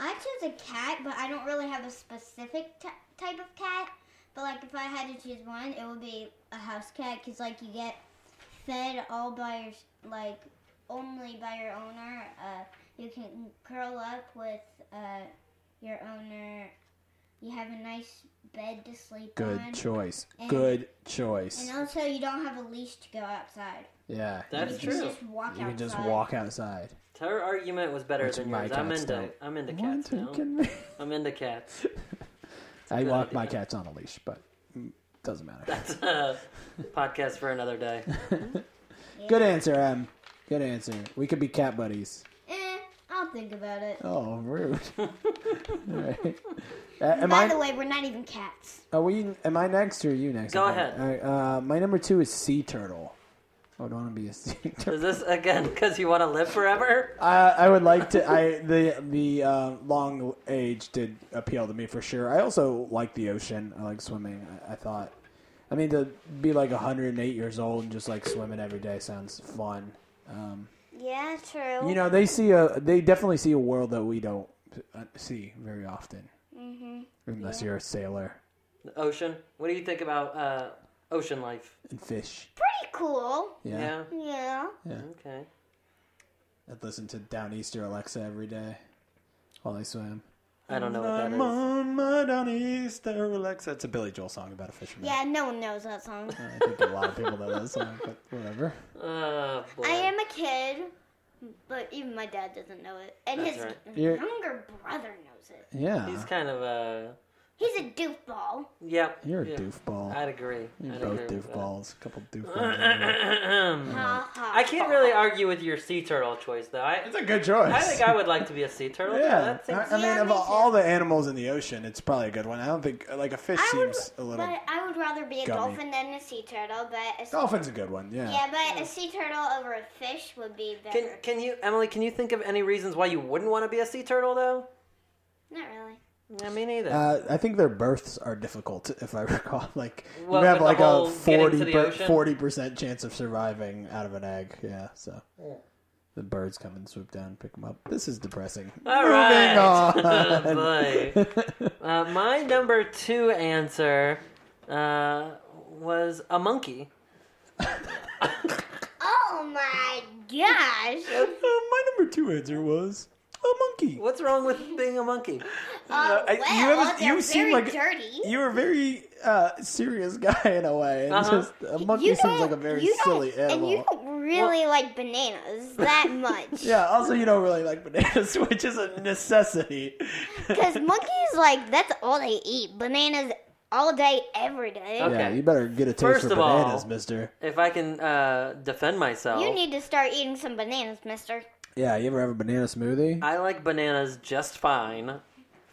[SPEAKER 3] I choose a cat, but I don't really have a specific t- type of cat. But like, if I had to choose one, it would be a house cat, cause like you get fed all by your s- like only by your owner. Uh, you can curl up with uh, your owner. You have a nice bed to
[SPEAKER 1] [laughs]
[SPEAKER 3] sleep
[SPEAKER 1] Good
[SPEAKER 3] on,
[SPEAKER 1] choice.
[SPEAKER 3] And-
[SPEAKER 1] Good choice.
[SPEAKER 3] and also you don't have a leash to go outside.
[SPEAKER 1] Yeah.
[SPEAKER 2] That's
[SPEAKER 3] you
[SPEAKER 2] true.
[SPEAKER 3] Can just walk
[SPEAKER 1] You
[SPEAKER 3] outside.
[SPEAKER 1] can just walk outside.
[SPEAKER 2] Her argument was better
[SPEAKER 1] Which
[SPEAKER 2] than
[SPEAKER 1] my
[SPEAKER 2] yours. I'm
[SPEAKER 1] cats
[SPEAKER 2] into
[SPEAKER 1] don't.
[SPEAKER 2] I'm into
[SPEAKER 1] What?
[SPEAKER 2] cats
[SPEAKER 1] Are you
[SPEAKER 2] now. [laughs]
[SPEAKER 1] kidding me?
[SPEAKER 2] I'm into cats.
[SPEAKER 1] [laughs] I
[SPEAKER 2] good
[SPEAKER 1] walk my
[SPEAKER 2] idea.
[SPEAKER 1] cats on a leash, but mm, doesn't matter. [laughs]
[SPEAKER 2] That's a podcast for another day.
[SPEAKER 1] Good answer, Em. Good answer. We could be cat buddies.
[SPEAKER 3] Eh, I'll think about it.
[SPEAKER 1] Oh,
[SPEAKER 2] [laughs]
[SPEAKER 1] rude. All right. Uh, am
[SPEAKER 3] by
[SPEAKER 1] I?
[SPEAKER 3] the way, we're not even cats.
[SPEAKER 1] Are we? Am I next or are you next?
[SPEAKER 2] Go
[SPEAKER 1] Okay.
[SPEAKER 2] ahead.
[SPEAKER 1] All right, uh, my number two is sea turtle. Oh, I would want to be a sea [laughs] turtle.
[SPEAKER 2] Is this again because you want to live forever?
[SPEAKER 1] I, I would like to. I the the uh, long age did appeal to me for sure. I also like the ocean. I like swimming. I, I thought, I mean, to be like 108 years old and just like swimming every day sounds fun. Um,
[SPEAKER 3] Yeah, true.
[SPEAKER 1] you know, they see a they definitely see a world that we don't uh, see very often,
[SPEAKER 3] Mm-hmm.
[SPEAKER 1] unless you're a sailor
[SPEAKER 2] The ocean. What do you think about uh, ocean life?
[SPEAKER 1] and fish.
[SPEAKER 3] Pretty cool.
[SPEAKER 1] Yeah,
[SPEAKER 3] Yeah.
[SPEAKER 2] Okay.
[SPEAKER 1] I listen to Down Easter Alexa every day while I swim.
[SPEAKER 2] I don't know what
[SPEAKER 1] I'm
[SPEAKER 2] that is.
[SPEAKER 1] on my Down Easter Alexa. It's a Billy Joel song about a fisherman.
[SPEAKER 3] Yeah, no one knows that [laughs] song.
[SPEAKER 1] I think a lot of people know that song, but whatever.
[SPEAKER 2] Oh, boy.
[SPEAKER 3] I am a kid, but even my dad doesn't know it. And
[SPEAKER 2] That's
[SPEAKER 3] his
[SPEAKER 2] right.
[SPEAKER 1] You're-
[SPEAKER 3] younger brother knows it.
[SPEAKER 1] Yeah.
[SPEAKER 2] He's kind of a.
[SPEAKER 3] He's a doofball.
[SPEAKER 2] Yep.
[SPEAKER 1] You're a
[SPEAKER 2] yeah.
[SPEAKER 1] doofball.
[SPEAKER 2] I'd agree.
[SPEAKER 1] You're
[SPEAKER 2] I'd
[SPEAKER 1] both
[SPEAKER 2] agree with that. [clears throat]
[SPEAKER 1] doofballs. A
[SPEAKER 2] [laughs]
[SPEAKER 1] couple doofballs.
[SPEAKER 3] Ha ha.
[SPEAKER 2] I can't really argue with your sea turtle choice, though. I,
[SPEAKER 1] a good choice.
[SPEAKER 2] I think I would like to be a sea turtle.
[SPEAKER 1] yeah.
[SPEAKER 2] That
[SPEAKER 1] I,
[SPEAKER 2] seems
[SPEAKER 1] I mean,
[SPEAKER 3] Yeah,
[SPEAKER 1] of
[SPEAKER 3] me
[SPEAKER 1] all the animals in the ocean, it's probably a good one. I don't think, like, a fish
[SPEAKER 3] I would,
[SPEAKER 1] seems a little.
[SPEAKER 3] but I would rather be a
[SPEAKER 1] gummy.
[SPEAKER 3] dolphin than a sea turtle. But a,
[SPEAKER 1] Dolphin's a good one, yeah.
[SPEAKER 3] yeah, but a sea turtle over a fish would be better.
[SPEAKER 2] Can can you Emily? Can you think of any reasons why you wouldn't want to be a sea turtle though?
[SPEAKER 3] Not really.
[SPEAKER 2] I mean, either.
[SPEAKER 1] Uh, I think their births are difficult, if I [laughs] recall. Like
[SPEAKER 2] Well,
[SPEAKER 1] you have
[SPEAKER 2] with the
[SPEAKER 1] like a
[SPEAKER 2] whole getting to the
[SPEAKER 1] forty
[SPEAKER 2] ocean?
[SPEAKER 1] forty percent chance of surviving out of an egg. Yeah, so the birds come and swoop down, and pick them up. This is depressing.
[SPEAKER 2] All
[SPEAKER 1] Moving
[SPEAKER 2] right. [laughs] Oh,
[SPEAKER 1] [laughs] on.
[SPEAKER 2] Boy. Uh, my number two answer uh, was a monkey.
[SPEAKER 3] Oh my gosh. [laughs]
[SPEAKER 1] Uh,
[SPEAKER 3] Oh,
[SPEAKER 1] my number two answer was a monkey.
[SPEAKER 2] What's wrong with being a monkey?
[SPEAKER 3] Oh,
[SPEAKER 1] I- you
[SPEAKER 3] well,
[SPEAKER 1] have a-
[SPEAKER 3] they're
[SPEAKER 1] you seem
[SPEAKER 3] very
[SPEAKER 1] like-
[SPEAKER 3] dirty.
[SPEAKER 1] You were a very uh, serious [laughs] guy in a way. And
[SPEAKER 2] Uh-huh.
[SPEAKER 1] just a monkey seems
[SPEAKER 3] don't-
[SPEAKER 1] like a very
[SPEAKER 3] you don't-
[SPEAKER 1] silly animal.
[SPEAKER 3] And you don't really like bananas [laughs] that much.
[SPEAKER 1] Yeah. Also, you don't really like bananas, [laughs] which is a necessity.
[SPEAKER 3] [laughs] Because monkeys, like, that's all they eat. Bananas all day, every day.
[SPEAKER 2] Okay.
[SPEAKER 1] Yeah, you better get a taste
[SPEAKER 2] First
[SPEAKER 1] for
[SPEAKER 2] of all-
[SPEAKER 1] bananas, Mister.
[SPEAKER 2] If I can uh, defend myself,
[SPEAKER 3] You need to start eating some bananas, mister.
[SPEAKER 1] Yeah. You ever have a banana smoothie?
[SPEAKER 2] I like bananas just fine.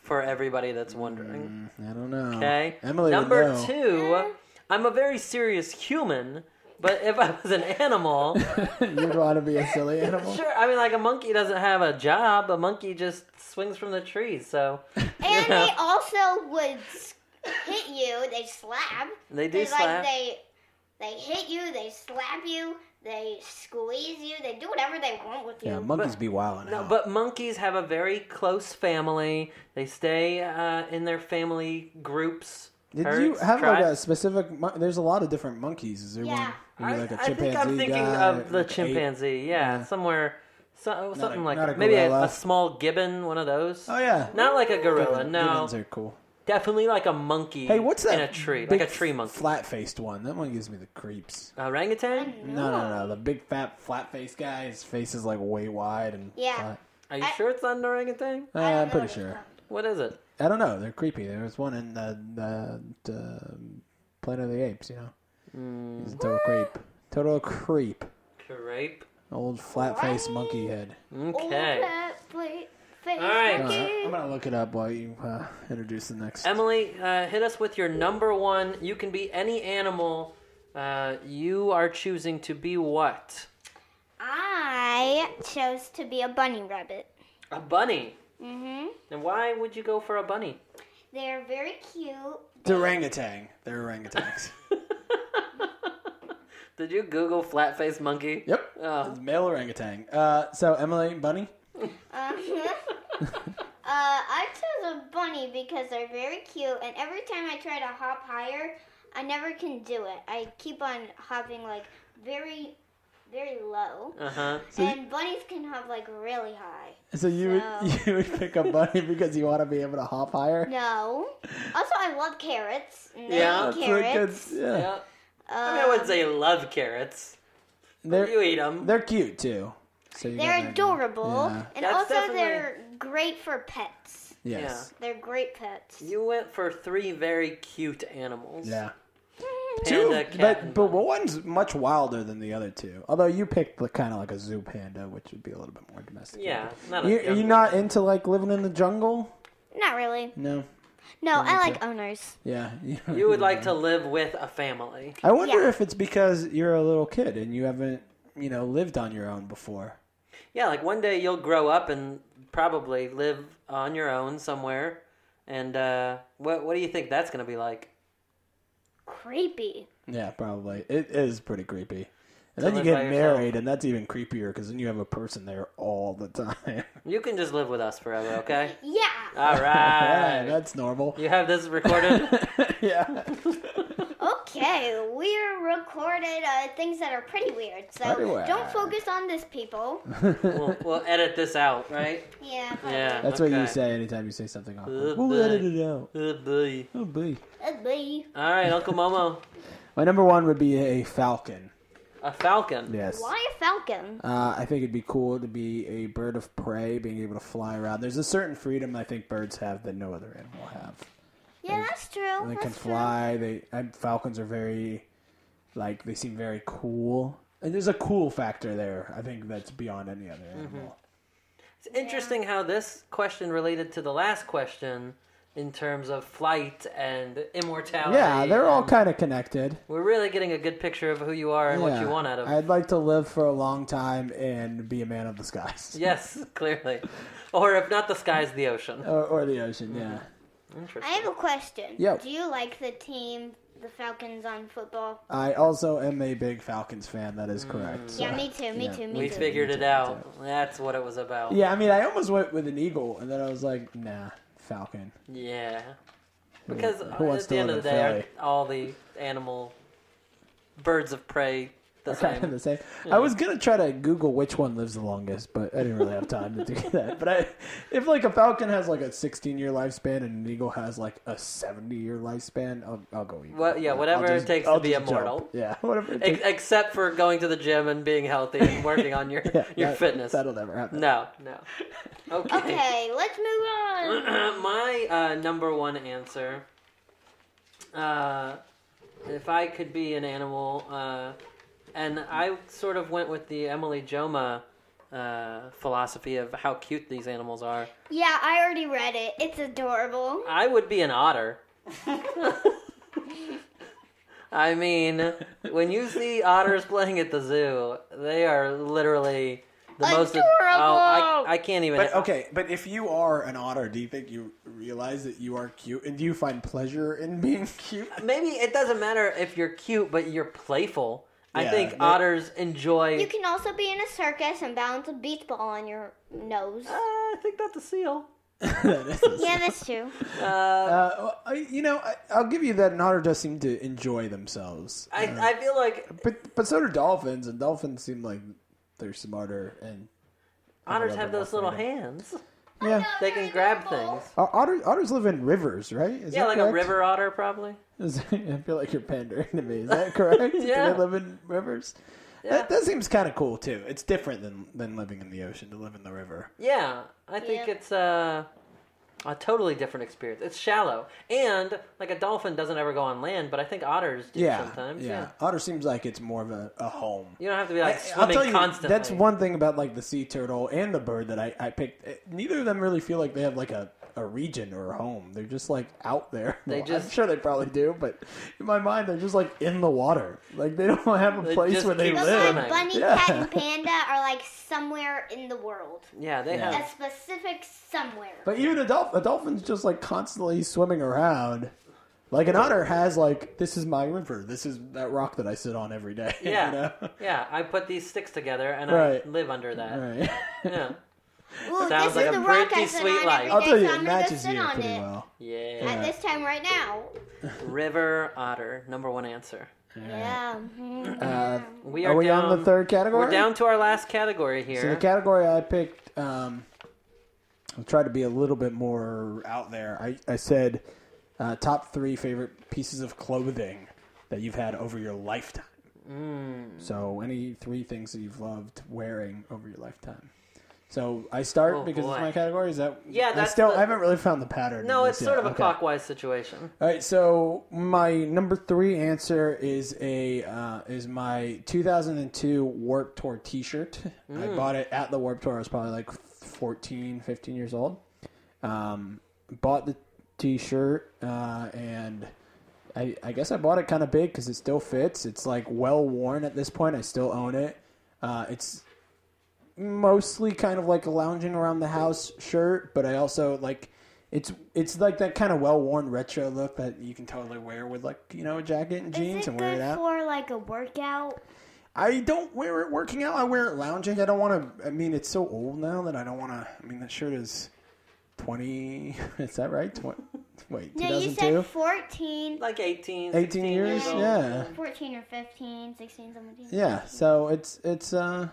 [SPEAKER 2] For everybody that's wondering,
[SPEAKER 1] I don't know.
[SPEAKER 2] okay.
[SPEAKER 1] Emily would
[SPEAKER 2] number
[SPEAKER 1] know.
[SPEAKER 2] two, I'm a very serious human, but if I was an
[SPEAKER 1] [laughs]
[SPEAKER 2] animal,
[SPEAKER 1] You'd want to be a
[SPEAKER 2] [laughs]
[SPEAKER 1] silly animal.
[SPEAKER 2] Sure, I mean, like a monkey doesn't have a job. A monkey just swings from the trees, so
[SPEAKER 3] And
[SPEAKER 2] Yeah.
[SPEAKER 3] they also would s- hit you, they slap.
[SPEAKER 2] they do
[SPEAKER 3] They,
[SPEAKER 2] slap.
[SPEAKER 3] like, they, they hit you, they slap you, they squeeze you, they do whatever they want with you.
[SPEAKER 1] Yeah, monkeys be wilding
[SPEAKER 2] No,
[SPEAKER 1] out.
[SPEAKER 2] but monkeys have a very close family. They stay uh, in their family groups.
[SPEAKER 1] Did you
[SPEAKER 2] herds,
[SPEAKER 1] have like a
[SPEAKER 2] tribes.
[SPEAKER 1] specific? Mon- There's a lot of different monkeys. Is there
[SPEAKER 3] Yeah.
[SPEAKER 1] one? Maybe like
[SPEAKER 2] I-
[SPEAKER 1] a
[SPEAKER 2] I
[SPEAKER 1] chimpanzee
[SPEAKER 2] think I'm thinking
[SPEAKER 1] guy,
[SPEAKER 2] of the
[SPEAKER 1] like an ape?
[SPEAKER 2] chimpanzee. Yeah, somewhere, so, something like
[SPEAKER 1] not a
[SPEAKER 2] that. maybe a,
[SPEAKER 1] gorilla.
[SPEAKER 2] a small gibbon, one of those.
[SPEAKER 1] Oh yeah.
[SPEAKER 2] Not like a gorilla.
[SPEAKER 1] Gibbon-
[SPEAKER 2] No,
[SPEAKER 1] Gibbons are cool.
[SPEAKER 2] definitely like a monkey.
[SPEAKER 1] Hey, what's that?
[SPEAKER 2] in a tree?
[SPEAKER 1] big
[SPEAKER 2] Like a tree monkey.
[SPEAKER 1] Flat-faced one. That one gives me the creeps.
[SPEAKER 2] Orangutan?
[SPEAKER 1] No, no, no. The big fat flat-faced guy. His face is like way wide and.
[SPEAKER 3] Yeah.
[SPEAKER 1] flat.
[SPEAKER 2] Are you
[SPEAKER 3] I-
[SPEAKER 2] sure it's not an orangutan?
[SPEAKER 1] Uh,
[SPEAKER 3] I don't
[SPEAKER 1] I'm
[SPEAKER 3] know
[SPEAKER 1] pretty
[SPEAKER 3] this
[SPEAKER 1] sure.
[SPEAKER 3] stuff.
[SPEAKER 2] What is it?
[SPEAKER 1] I don't know. They're creepy. There was one in the, the, the Planet of the Apes. You know,
[SPEAKER 2] Mm.
[SPEAKER 1] he's a total creep. Total creep.
[SPEAKER 2] Crepe.
[SPEAKER 1] Old flat-faced
[SPEAKER 3] What?
[SPEAKER 1] monkey head.
[SPEAKER 2] Okay.
[SPEAKER 3] Old cat, plate, face
[SPEAKER 2] right.
[SPEAKER 1] Uh,
[SPEAKER 3] monkey.
[SPEAKER 1] I'm gonna look it up while you uh, introduce the next.
[SPEAKER 2] Emily, uh, hit us with your number one. You can be any animal. Uh, you are choosing to be what?
[SPEAKER 3] I chose to be a bunny rabbit.
[SPEAKER 2] A bunny.
[SPEAKER 3] hmm
[SPEAKER 2] And why would you go for a bunny? [laughs]
[SPEAKER 3] They're very cute.
[SPEAKER 1] The orangutan. They're
[SPEAKER 2] [laughs]
[SPEAKER 1] orangutans.
[SPEAKER 2] Did you Google flat face monkey?
[SPEAKER 1] yep.
[SPEAKER 2] Oh. [laughs]
[SPEAKER 1] It's male orangutan. Uh, so Emily, bunny.
[SPEAKER 3] Um,
[SPEAKER 2] [laughs]
[SPEAKER 3] uh, I chose a bunny because they're very cute, and every time I try to hop higher, I never can do it. I keep on hopping like very, very low,
[SPEAKER 1] [laughs]
[SPEAKER 2] Uh huh.
[SPEAKER 1] you-
[SPEAKER 3] and bunnies can hop like really high.
[SPEAKER 1] So you
[SPEAKER 3] So-
[SPEAKER 1] would [laughs] you would pick a bunny because you want to be able to hop higher.
[SPEAKER 3] No. Also, I love carrots. and they
[SPEAKER 2] Yeah,
[SPEAKER 3] eat
[SPEAKER 1] That's a good-
[SPEAKER 3] carrots.
[SPEAKER 1] yeah.
[SPEAKER 2] Yeah. I, mean, I
[SPEAKER 3] Um,
[SPEAKER 2] would say you love carrots.
[SPEAKER 1] They're
[SPEAKER 2] You eat them.
[SPEAKER 1] they're cute too. So you got
[SPEAKER 3] They're
[SPEAKER 1] that.
[SPEAKER 3] adorable,
[SPEAKER 1] Yeah.
[SPEAKER 3] and
[SPEAKER 2] That's
[SPEAKER 3] also
[SPEAKER 2] definitely-
[SPEAKER 3] they're great for pets.
[SPEAKER 1] Yes.
[SPEAKER 3] They're great pets.
[SPEAKER 2] You went for three very cute animals.
[SPEAKER 1] Yeah.
[SPEAKER 2] Panda,
[SPEAKER 1] Two,
[SPEAKER 2] cat,
[SPEAKER 1] but
[SPEAKER 2] and
[SPEAKER 1] but
[SPEAKER 2] bunny.
[SPEAKER 1] one's much wilder than the other two. Although you picked the kind of like a zoo panda, which would be a little bit more domestic.
[SPEAKER 2] Yeah. Not a
[SPEAKER 1] You you
[SPEAKER 2] jungle.
[SPEAKER 1] not into like living in the jungle?
[SPEAKER 3] Not really.
[SPEAKER 1] No.
[SPEAKER 3] No, I
[SPEAKER 1] okay.
[SPEAKER 3] like owners.
[SPEAKER 1] Yeah. [laughs]
[SPEAKER 2] You would like to live with a family.
[SPEAKER 1] I wonder
[SPEAKER 3] Yeah.
[SPEAKER 1] if it's because you're a little kid and you haven't, you know, lived on your own before.
[SPEAKER 2] Yeah, like one day you'll grow up and probably live on your own somewhere. And uh, what what do you think that's gonna be like?
[SPEAKER 3] Creepy.
[SPEAKER 1] Yeah, probably. It is pretty creepy. And
[SPEAKER 2] To
[SPEAKER 1] then you
[SPEAKER 2] live by
[SPEAKER 1] get
[SPEAKER 2] yourself.
[SPEAKER 1] married, and that's even creepier because then you have a person there all the time. [laughs]
[SPEAKER 2] You can just live with us forever, okay?
[SPEAKER 3] Yeah.
[SPEAKER 2] All
[SPEAKER 1] yeah,
[SPEAKER 2] right.
[SPEAKER 1] [laughs] that's normal.
[SPEAKER 2] you have this recorded.
[SPEAKER 1] [laughs]
[SPEAKER 2] [laughs]
[SPEAKER 1] yeah.
[SPEAKER 3] Okay, we're recorded uh, things that are pretty weird, so
[SPEAKER 1] Pretty weird.
[SPEAKER 3] don't focus on this, people.
[SPEAKER 1] [laughs]
[SPEAKER 2] we'll, we'll edit this out, right?
[SPEAKER 3] Yeah.
[SPEAKER 2] Yeah.
[SPEAKER 1] That's what you
[SPEAKER 2] Okay.
[SPEAKER 1] say anytime you say something awkward.
[SPEAKER 2] Ugh,
[SPEAKER 1] We'll
[SPEAKER 2] boy.
[SPEAKER 1] edit it out.
[SPEAKER 2] Oh, boy.
[SPEAKER 1] Oh, boy.
[SPEAKER 3] That'd be-
[SPEAKER 2] All right, Uncle Momo,
[SPEAKER 1] My number one would be a falcon.
[SPEAKER 2] a falcon.
[SPEAKER 1] Yes.
[SPEAKER 3] Why a falcon?
[SPEAKER 1] Uh, I think it'd be cool to be a bird of prey, being able to fly around. There's a certain freedom I think birds have that no other animal have.
[SPEAKER 3] Yeah, that's true.
[SPEAKER 1] they
[SPEAKER 3] that's
[SPEAKER 1] can fly. They and falcons are very, like they seem very cool. And there's a cool factor there. I think that's beyond any other
[SPEAKER 2] Mm-hmm.
[SPEAKER 1] animal.
[SPEAKER 2] It's interesting how this question related to the last question in terms of flight and immortality.
[SPEAKER 1] Yeah, they're all
[SPEAKER 2] and-
[SPEAKER 1] kind of connected.
[SPEAKER 2] We're really getting a good picture of who you are and what
[SPEAKER 1] Yeah.
[SPEAKER 2] you want out of [laughs]
[SPEAKER 1] I'd like to live for a long time and be a man of the skies
[SPEAKER 2] Yes, clearly. Or if not the sky's the ocean. Mm-hmm.
[SPEAKER 1] or, or the ocean. Yeah,
[SPEAKER 2] Interesting.
[SPEAKER 3] I have a question.
[SPEAKER 1] Yo.
[SPEAKER 3] Do you like the team, the Falcons, on football?
[SPEAKER 1] I also am a big Falcons fan. That is correct.
[SPEAKER 2] Mm.
[SPEAKER 1] so-
[SPEAKER 3] yeah, me too. Me
[SPEAKER 1] yeah.
[SPEAKER 3] too. Me
[SPEAKER 2] we
[SPEAKER 3] too.
[SPEAKER 2] figured
[SPEAKER 1] Me
[SPEAKER 2] it
[SPEAKER 1] too.
[SPEAKER 2] out. That's what it was about.
[SPEAKER 1] Yeah, I mean, I almost went with an eagle, and then I was like, nah, Falcon.
[SPEAKER 2] Yeah. Because
[SPEAKER 1] Who
[SPEAKER 2] uh,
[SPEAKER 1] wants
[SPEAKER 2] at the
[SPEAKER 1] to
[SPEAKER 2] end
[SPEAKER 1] live
[SPEAKER 2] of the
[SPEAKER 1] in
[SPEAKER 2] day, aren't
[SPEAKER 1] Philly?
[SPEAKER 2] all the animal birds of prey the
[SPEAKER 1] [laughs] Kind of
[SPEAKER 2] same.
[SPEAKER 1] the same. I was gonna try to Google which one lives the longest, but I didn't really have time to do [laughs] that. But I, if like a falcon has like a 16 year lifespan and an eagle has like a 70 year lifespan, I'll, I'll go eagle.
[SPEAKER 2] What- yeah,
[SPEAKER 1] I'll
[SPEAKER 2] whatever it takes to be
[SPEAKER 1] just jump.
[SPEAKER 2] immortal.
[SPEAKER 1] Yeah, [laughs] whatever. It
[SPEAKER 2] Ex-
[SPEAKER 1] takes.
[SPEAKER 2] except for going to the gym and being healthy and working on your
[SPEAKER 1] [laughs] Yeah,
[SPEAKER 2] [laughs] your
[SPEAKER 1] that-
[SPEAKER 2] fitness.
[SPEAKER 1] That'll never happen.
[SPEAKER 2] No, no. Okay.
[SPEAKER 3] Okay, let's move
[SPEAKER 2] [laughs] [clears throat]
[SPEAKER 3] on.
[SPEAKER 2] My uh, number one answer. Uh, if I could be an animal, uh, and I sort of went with the Emily Joma uh, philosophy of how cute these animals are.
[SPEAKER 3] Yeah, I already read it. It's adorable.
[SPEAKER 2] I would be an otter. [laughs] I mean, when you see otters playing at the zoo, they are literally the most.
[SPEAKER 3] Adorable!
[SPEAKER 2] Oh, I, I can't even.
[SPEAKER 1] But okay, but if you are an otter, do you think you realize that you are cute, and do you find pleasure in being [laughs] cute?
[SPEAKER 2] Maybe it doesn't matter if you're cute, but you're playful. I
[SPEAKER 1] Yeah,
[SPEAKER 2] think
[SPEAKER 1] they-
[SPEAKER 2] otters enjoy.
[SPEAKER 3] You can also be in a circus and balance a beach ball on your
[SPEAKER 2] [laughs]
[SPEAKER 3] nose.
[SPEAKER 2] Uh, I think that's a seal.
[SPEAKER 1] That is-
[SPEAKER 3] Yeah, that's true.
[SPEAKER 2] Uh,
[SPEAKER 1] Uh, well, I, you know, I, I'll give you that an otter does seem to enjoy themselves.
[SPEAKER 2] I,
[SPEAKER 1] Uh,
[SPEAKER 2] I feel like
[SPEAKER 1] but but so do dolphins, and dolphins seem like they're smarter and
[SPEAKER 2] otters
[SPEAKER 1] love
[SPEAKER 2] have
[SPEAKER 1] them
[SPEAKER 2] those little
[SPEAKER 1] all freedom.
[SPEAKER 2] hands.
[SPEAKER 1] yeah.
[SPEAKER 2] They can grab things.
[SPEAKER 1] Uh, otters otters live in rivers, right? Is
[SPEAKER 2] Yeah,
[SPEAKER 1] that
[SPEAKER 2] like a
[SPEAKER 1] correct?
[SPEAKER 2] river otter, probably.
[SPEAKER 1] Is- I feel like you're pandering to me. Is that correct?
[SPEAKER 2] [laughs] Yeah.
[SPEAKER 1] Do they live in rivers?
[SPEAKER 2] Yeah.
[SPEAKER 1] That, that seems kind of cool too. It's different than than living in the ocean to live in the river.
[SPEAKER 2] Yeah, I think
[SPEAKER 3] Yeah.
[SPEAKER 2] it's uh, a totally different experience. It's shallow, and like a dolphin doesn't ever go on land, but I think otters do
[SPEAKER 1] Yeah,
[SPEAKER 2] sometimes.
[SPEAKER 1] yeah.
[SPEAKER 2] Yeah.
[SPEAKER 1] Otter seems like it's more of a, a home.
[SPEAKER 2] you don't have to be like
[SPEAKER 1] I- I'll
[SPEAKER 2] swimming
[SPEAKER 1] tell you,
[SPEAKER 2] constantly.
[SPEAKER 1] that's one thing about like the sea turtle and the bird that I, I picked. Eh, Neither of them really feel like they have like a, a region or a home. They're just like out there.
[SPEAKER 2] They
[SPEAKER 1] Well, I'm
[SPEAKER 2] just-
[SPEAKER 1] sure they probably do, but in my mind, they're just like in the water. Like they don't [laughs] have a
[SPEAKER 2] They
[SPEAKER 1] place
[SPEAKER 2] just
[SPEAKER 1] where they
[SPEAKER 2] keep
[SPEAKER 3] Those
[SPEAKER 1] live.
[SPEAKER 3] like bunny,
[SPEAKER 1] Yeah.
[SPEAKER 2] [laughs]
[SPEAKER 3] cat, and panda are like somewhere in the world.
[SPEAKER 2] Yeah, they
[SPEAKER 1] Yeah.
[SPEAKER 3] A
[SPEAKER 2] have.
[SPEAKER 3] specific somewhere.
[SPEAKER 1] But even a, dolphin, a dolphin's just like constantly swimming around. Like an otter has like this is my river. This is that rock that I sit on every day. [laughs] you
[SPEAKER 2] Yeah.
[SPEAKER 1] know?
[SPEAKER 2] Yeah, I put these sticks together and
[SPEAKER 1] Right.
[SPEAKER 2] I live under that.
[SPEAKER 3] [laughs]
[SPEAKER 1] Right.
[SPEAKER 2] Yeah.
[SPEAKER 3] Ooh,
[SPEAKER 2] sounds
[SPEAKER 3] this
[SPEAKER 2] like
[SPEAKER 3] is
[SPEAKER 2] a
[SPEAKER 3] the rock I
[SPEAKER 2] pretty
[SPEAKER 3] sit
[SPEAKER 2] sweet
[SPEAKER 3] on
[SPEAKER 2] life.
[SPEAKER 3] every
[SPEAKER 1] I'll
[SPEAKER 3] day,
[SPEAKER 1] tell you,
[SPEAKER 3] so
[SPEAKER 1] it
[SPEAKER 3] I'm gonna go
[SPEAKER 1] matches
[SPEAKER 3] sit
[SPEAKER 1] you
[SPEAKER 3] on
[SPEAKER 1] pretty
[SPEAKER 3] it.
[SPEAKER 1] well.
[SPEAKER 2] Yeah.
[SPEAKER 1] Yeah.
[SPEAKER 3] At this time right now.
[SPEAKER 2] River otter, number one answer.
[SPEAKER 3] Yeah. Mm-hmm.
[SPEAKER 1] Uh,
[SPEAKER 2] We
[SPEAKER 1] are
[SPEAKER 2] are
[SPEAKER 1] we
[SPEAKER 2] down,
[SPEAKER 1] on the third category?
[SPEAKER 2] We're down to our last category here.
[SPEAKER 1] So the category I picked, um, I'll try to be a little bit more out there. I, I said uh, top three favorite pieces of clothing that you've had over your lifetime.
[SPEAKER 2] Hmm.
[SPEAKER 1] So any three things that you've loved wearing over your lifetime. So I start
[SPEAKER 2] Oh,
[SPEAKER 1] because it's
[SPEAKER 2] boy.
[SPEAKER 1] my category. Is that
[SPEAKER 2] Yeah,
[SPEAKER 1] I
[SPEAKER 2] that's
[SPEAKER 1] still
[SPEAKER 2] the-
[SPEAKER 1] I haven't really found the pattern.
[SPEAKER 2] no,
[SPEAKER 1] in
[SPEAKER 2] it's
[SPEAKER 1] this
[SPEAKER 2] sort
[SPEAKER 1] yet.
[SPEAKER 2] of
[SPEAKER 1] Okay.
[SPEAKER 2] a clockwise situation.
[SPEAKER 1] All right, so my number three answer is a uh, is my 2002 Warp Tour T-shirt. [laughs] I bought it at the Warp Tour. I was probably like 14, 15 years old. Um, bought the T-shirt uh, and I, I guess I bought it kind of big because it still fits. It's like well worn at this point. I still own it. Uh, it's mostly kind of like a lounging around the house shirt, but I also like it's it's like that kind of well worn retro look that you can totally wear with like you know a jacket and jeans
[SPEAKER 3] is it
[SPEAKER 1] and wear it
[SPEAKER 3] good
[SPEAKER 1] out.
[SPEAKER 3] for like a workout?
[SPEAKER 1] I don't wear it working out. I wear it lounging. I don't want to. I mean, it's so old now that I don't want to. I mean, that shirt is twenty. [laughs] Is that right? Twenty. Wait, two
[SPEAKER 3] No, you
[SPEAKER 1] thousand
[SPEAKER 3] said
[SPEAKER 1] two.
[SPEAKER 3] 14,
[SPEAKER 2] Like 18,
[SPEAKER 1] 18 years,
[SPEAKER 2] old.
[SPEAKER 1] yeah.
[SPEAKER 3] 14 or 15, 16, 17.
[SPEAKER 1] Yeah, so it's it's uh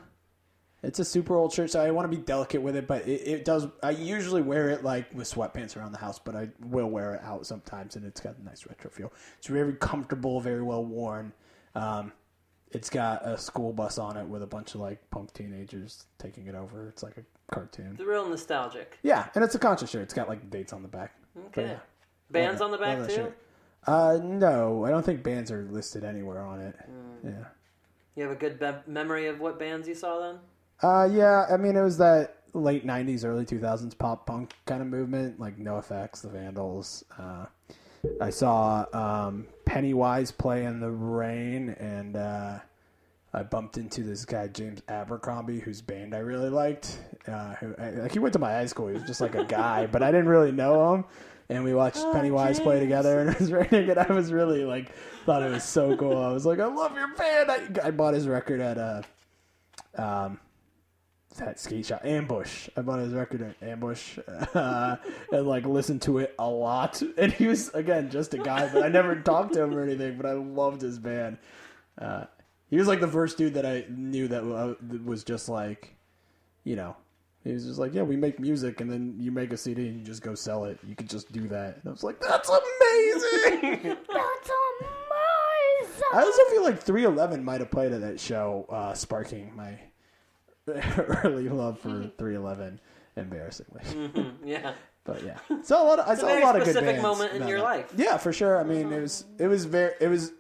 [SPEAKER 1] it's a super old shirt, so I want to be delicate with it, but it, it does. I usually wear it like with sweatpants around the house, but I will wear it out sometimes, and it's got a nice retro feel. It's very comfortable, very well worn. Um, it's got a school bus on it with a bunch of like punk teenagers taking it over. It's like a cartoon.
[SPEAKER 2] It's real nostalgic.
[SPEAKER 1] Yeah, and it's a conscious shirt. It's got like dates on the back. But,
[SPEAKER 2] Okay.
[SPEAKER 1] yeah.
[SPEAKER 2] Bands
[SPEAKER 1] Love
[SPEAKER 2] on
[SPEAKER 1] that-
[SPEAKER 2] the back
[SPEAKER 1] love
[SPEAKER 2] too.
[SPEAKER 1] that shirt. Uh, no, I don't think bands are listed anywhere on it.
[SPEAKER 2] Mm.
[SPEAKER 1] Yeah.
[SPEAKER 2] You have a good be- memory of what bands you saw then. [laughs]
[SPEAKER 1] Uh, yeah, I mean, it was that late 90s, early 2000s pop punk kind of movement, like NoFX, The Vandals. Uh, I saw um, Pennywise play in the rain, and uh, I bumped into this guy James Abercrombie, whose band I really liked. Uh, who, I, like he went to my high school. He was just like a guy, but I didn't really know him. And we watched
[SPEAKER 2] Oh,
[SPEAKER 1] Pennywise play
[SPEAKER 2] James.
[SPEAKER 1] together, and it was [laughs] raining. And I was really like, thought it was so cool. I was like, I love your band. I, I bought his record at uh, um, that skate shop ambush i bought his record at ambush uh, [laughs] and like listened to it a lot [laughs] and he was again just a guy but i never talked to him or anything but i loved his band uh, he was like the first dude that i knew that wa- was just like you know he was just like yeah we make music and then you make a cd and you just go sell it you could just do that and i was like that's amazing [laughs]
[SPEAKER 3] That's amazing.
[SPEAKER 1] I also feel like 311 might have played at that show, uh, sparking my [laughs] early love for 311, embarrassingly.
[SPEAKER 2] Mhm, yeah.
[SPEAKER 1] But [laughs] yeah, so a lot. Of, I saw a
[SPEAKER 2] very
[SPEAKER 1] lot of good bands
[SPEAKER 2] specific moment in
[SPEAKER 1] that
[SPEAKER 2] your
[SPEAKER 1] night.
[SPEAKER 2] life.
[SPEAKER 1] Yeah, for sure. I mean, it was it was very it was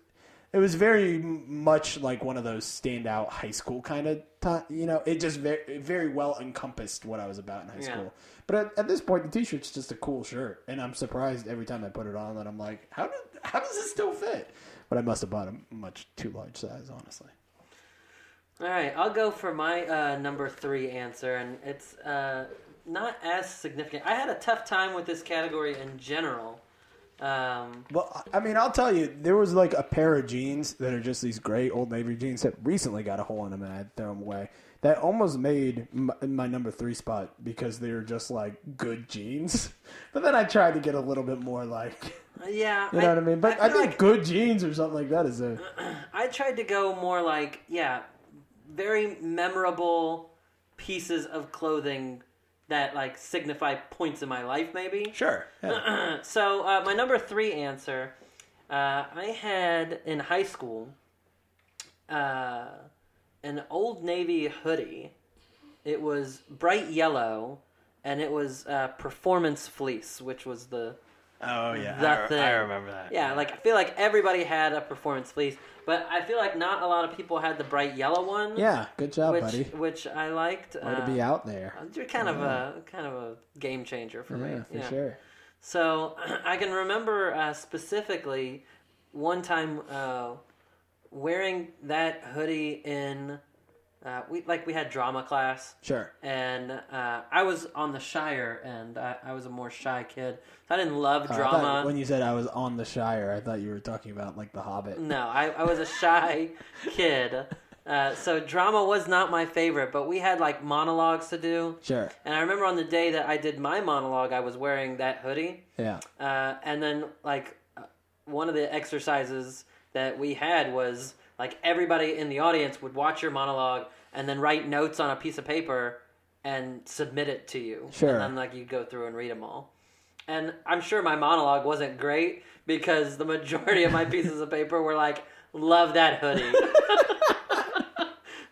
[SPEAKER 1] it was very much like one of those standout high school kind of time. You know, it just very, very well encompassed what I was about in high
[SPEAKER 2] Yeah.
[SPEAKER 1] school. But at, at this point, the t-shirt's just a cool shirt, and I'm surprised every time I put it on that I'm like, how did how does this still fit? But I must have bought a much too large size, honestly.
[SPEAKER 2] All right, I'll go for my uh, number three answer, and it's uh, not as significant. I had a tough time with this category in general. Um,
[SPEAKER 1] Well, I mean, I'll tell you, there was like a pair of jeans that are just these gray old navy jeans that recently got a hole in them and I had to throw them away. That almost made my, my number three spot because they were just like good jeans. [laughs] But then I tried to get a little bit more like, [laughs]
[SPEAKER 2] yeah,
[SPEAKER 1] you know what I mean? But I,
[SPEAKER 2] feel
[SPEAKER 1] think
[SPEAKER 2] like
[SPEAKER 1] good jeans or something like that is a.
[SPEAKER 2] I tried to go more like yeah, very memorable pieces of clothing that like signify points in my life, maybe.
[SPEAKER 1] Sure. Yeah.
[SPEAKER 2] So uh, my number three answer, uh, I had in high school, uh, an old navy hoodie. It was bright yellow, and it was uh, performance fleece, which was the
[SPEAKER 4] Oh yeah,
[SPEAKER 2] That
[SPEAKER 4] I, re-
[SPEAKER 2] thing.
[SPEAKER 4] I remember that.
[SPEAKER 2] yeah. Like I feel like everybody had a performance fleece, but I feel like not a lot of people had the bright yellow one.
[SPEAKER 1] yeah. Good job,
[SPEAKER 2] which uh,
[SPEAKER 1] buddy.
[SPEAKER 2] which I liked.
[SPEAKER 1] Way to be out there.
[SPEAKER 2] You're kind of a kind of a game changer for me.
[SPEAKER 1] Yeah, for sure.
[SPEAKER 2] So [clears throat] I can remember uh, specifically one time uh, wearing that hoodie in uh, we like we had drama class
[SPEAKER 1] Sure.
[SPEAKER 2] and uh, I was on the Shire and I, I was a more shy kid. So I didn't love
[SPEAKER 1] Oh, Uh, I
[SPEAKER 2] drama.
[SPEAKER 1] thought when you said I was on the Shire, I thought you were talking about like The Hobbit.
[SPEAKER 2] No, I, I was a shy
[SPEAKER 1] [laughs]
[SPEAKER 2] kid. Uh, so drama was not my favorite, but we had like monologues to do.
[SPEAKER 1] Sure.
[SPEAKER 2] And I remember on the day that I did my monologue, I was wearing that hoodie.
[SPEAKER 1] Yeah.
[SPEAKER 2] Uh, and then like uh, one of the exercises that we had was like everybody in the audience would watch your monologue and then write notes on a piece of paper and submit it to you.
[SPEAKER 1] Sure.
[SPEAKER 2] And then like you go through and read them all. And I'm sure my monologue wasn't great because the
[SPEAKER 1] [laughs]
[SPEAKER 2] majority of my pieces of paper were like, "Love that hoodie."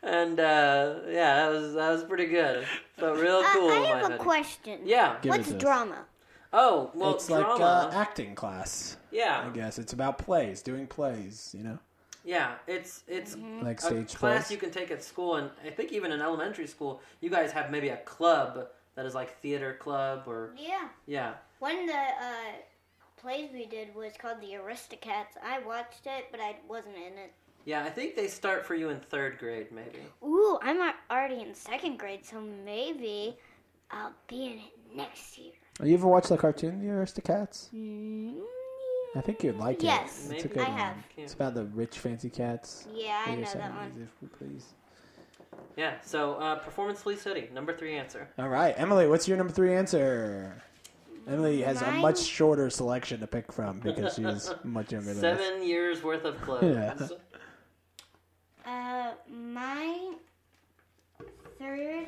[SPEAKER 2] and uh, yeah, that was that was pretty good. Felt real
[SPEAKER 3] Uh,
[SPEAKER 2] cool.
[SPEAKER 3] I
[SPEAKER 2] with my
[SPEAKER 3] have a
[SPEAKER 2] hoodie.
[SPEAKER 3] question.
[SPEAKER 2] Yeah.
[SPEAKER 1] Give
[SPEAKER 3] What's
[SPEAKER 1] it to us.
[SPEAKER 3] drama?
[SPEAKER 2] Oh well,
[SPEAKER 1] it's
[SPEAKER 2] drama.
[SPEAKER 1] like uh, acting class.
[SPEAKER 2] yeah.
[SPEAKER 1] I guess it's about plays, doing plays, you know,
[SPEAKER 2] Yeah, it's it's
[SPEAKER 3] Mm.
[SPEAKER 1] like
[SPEAKER 2] a
[SPEAKER 1] stage
[SPEAKER 2] class
[SPEAKER 1] plays.
[SPEAKER 2] you can take at school, and I think even in elementary school, you guys have maybe a club that is like theater club or
[SPEAKER 3] Yeah.
[SPEAKER 2] yeah.
[SPEAKER 3] One of the uh, plays we did was called The Aristocats. I watched it, but I wasn't in it.
[SPEAKER 2] Yeah, I think they start for you in third grade, maybe.
[SPEAKER 3] Ooh, I'm a- already in second grade, so maybe I'll be in it next year.
[SPEAKER 1] Have you ever watched the cartoon The Aristocats?
[SPEAKER 3] Mm,
[SPEAKER 1] I think you'd like
[SPEAKER 3] Yes,
[SPEAKER 1] it. It's a
[SPEAKER 2] Maybe.
[SPEAKER 1] good
[SPEAKER 3] I
[SPEAKER 1] one.
[SPEAKER 3] have.
[SPEAKER 1] It's about the rich fancy cats.
[SPEAKER 3] Yeah, I
[SPEAKER 1] Wait a
[SPEAKER 3] know that
[SPEAKER 1] second,
[SPEAKER 3] one.
[SPEAKER 1] if we please.
[SPEAKER 2] Yeah, so uh, performance Lee City, number three answer.
[SPEAKER 1] All right, Emily, what's your number three answer? Emily has a
[SPEAKER 3] Mine-
[SPEAKER 1] much shorter selection to pick from because she
[SPEAKER 3] [laughs]
[SPEAKER 1] is much younger than us.
[SPEAKER 2] Seven years worth of clothes.
[SPEAKER 3] Uh, my third,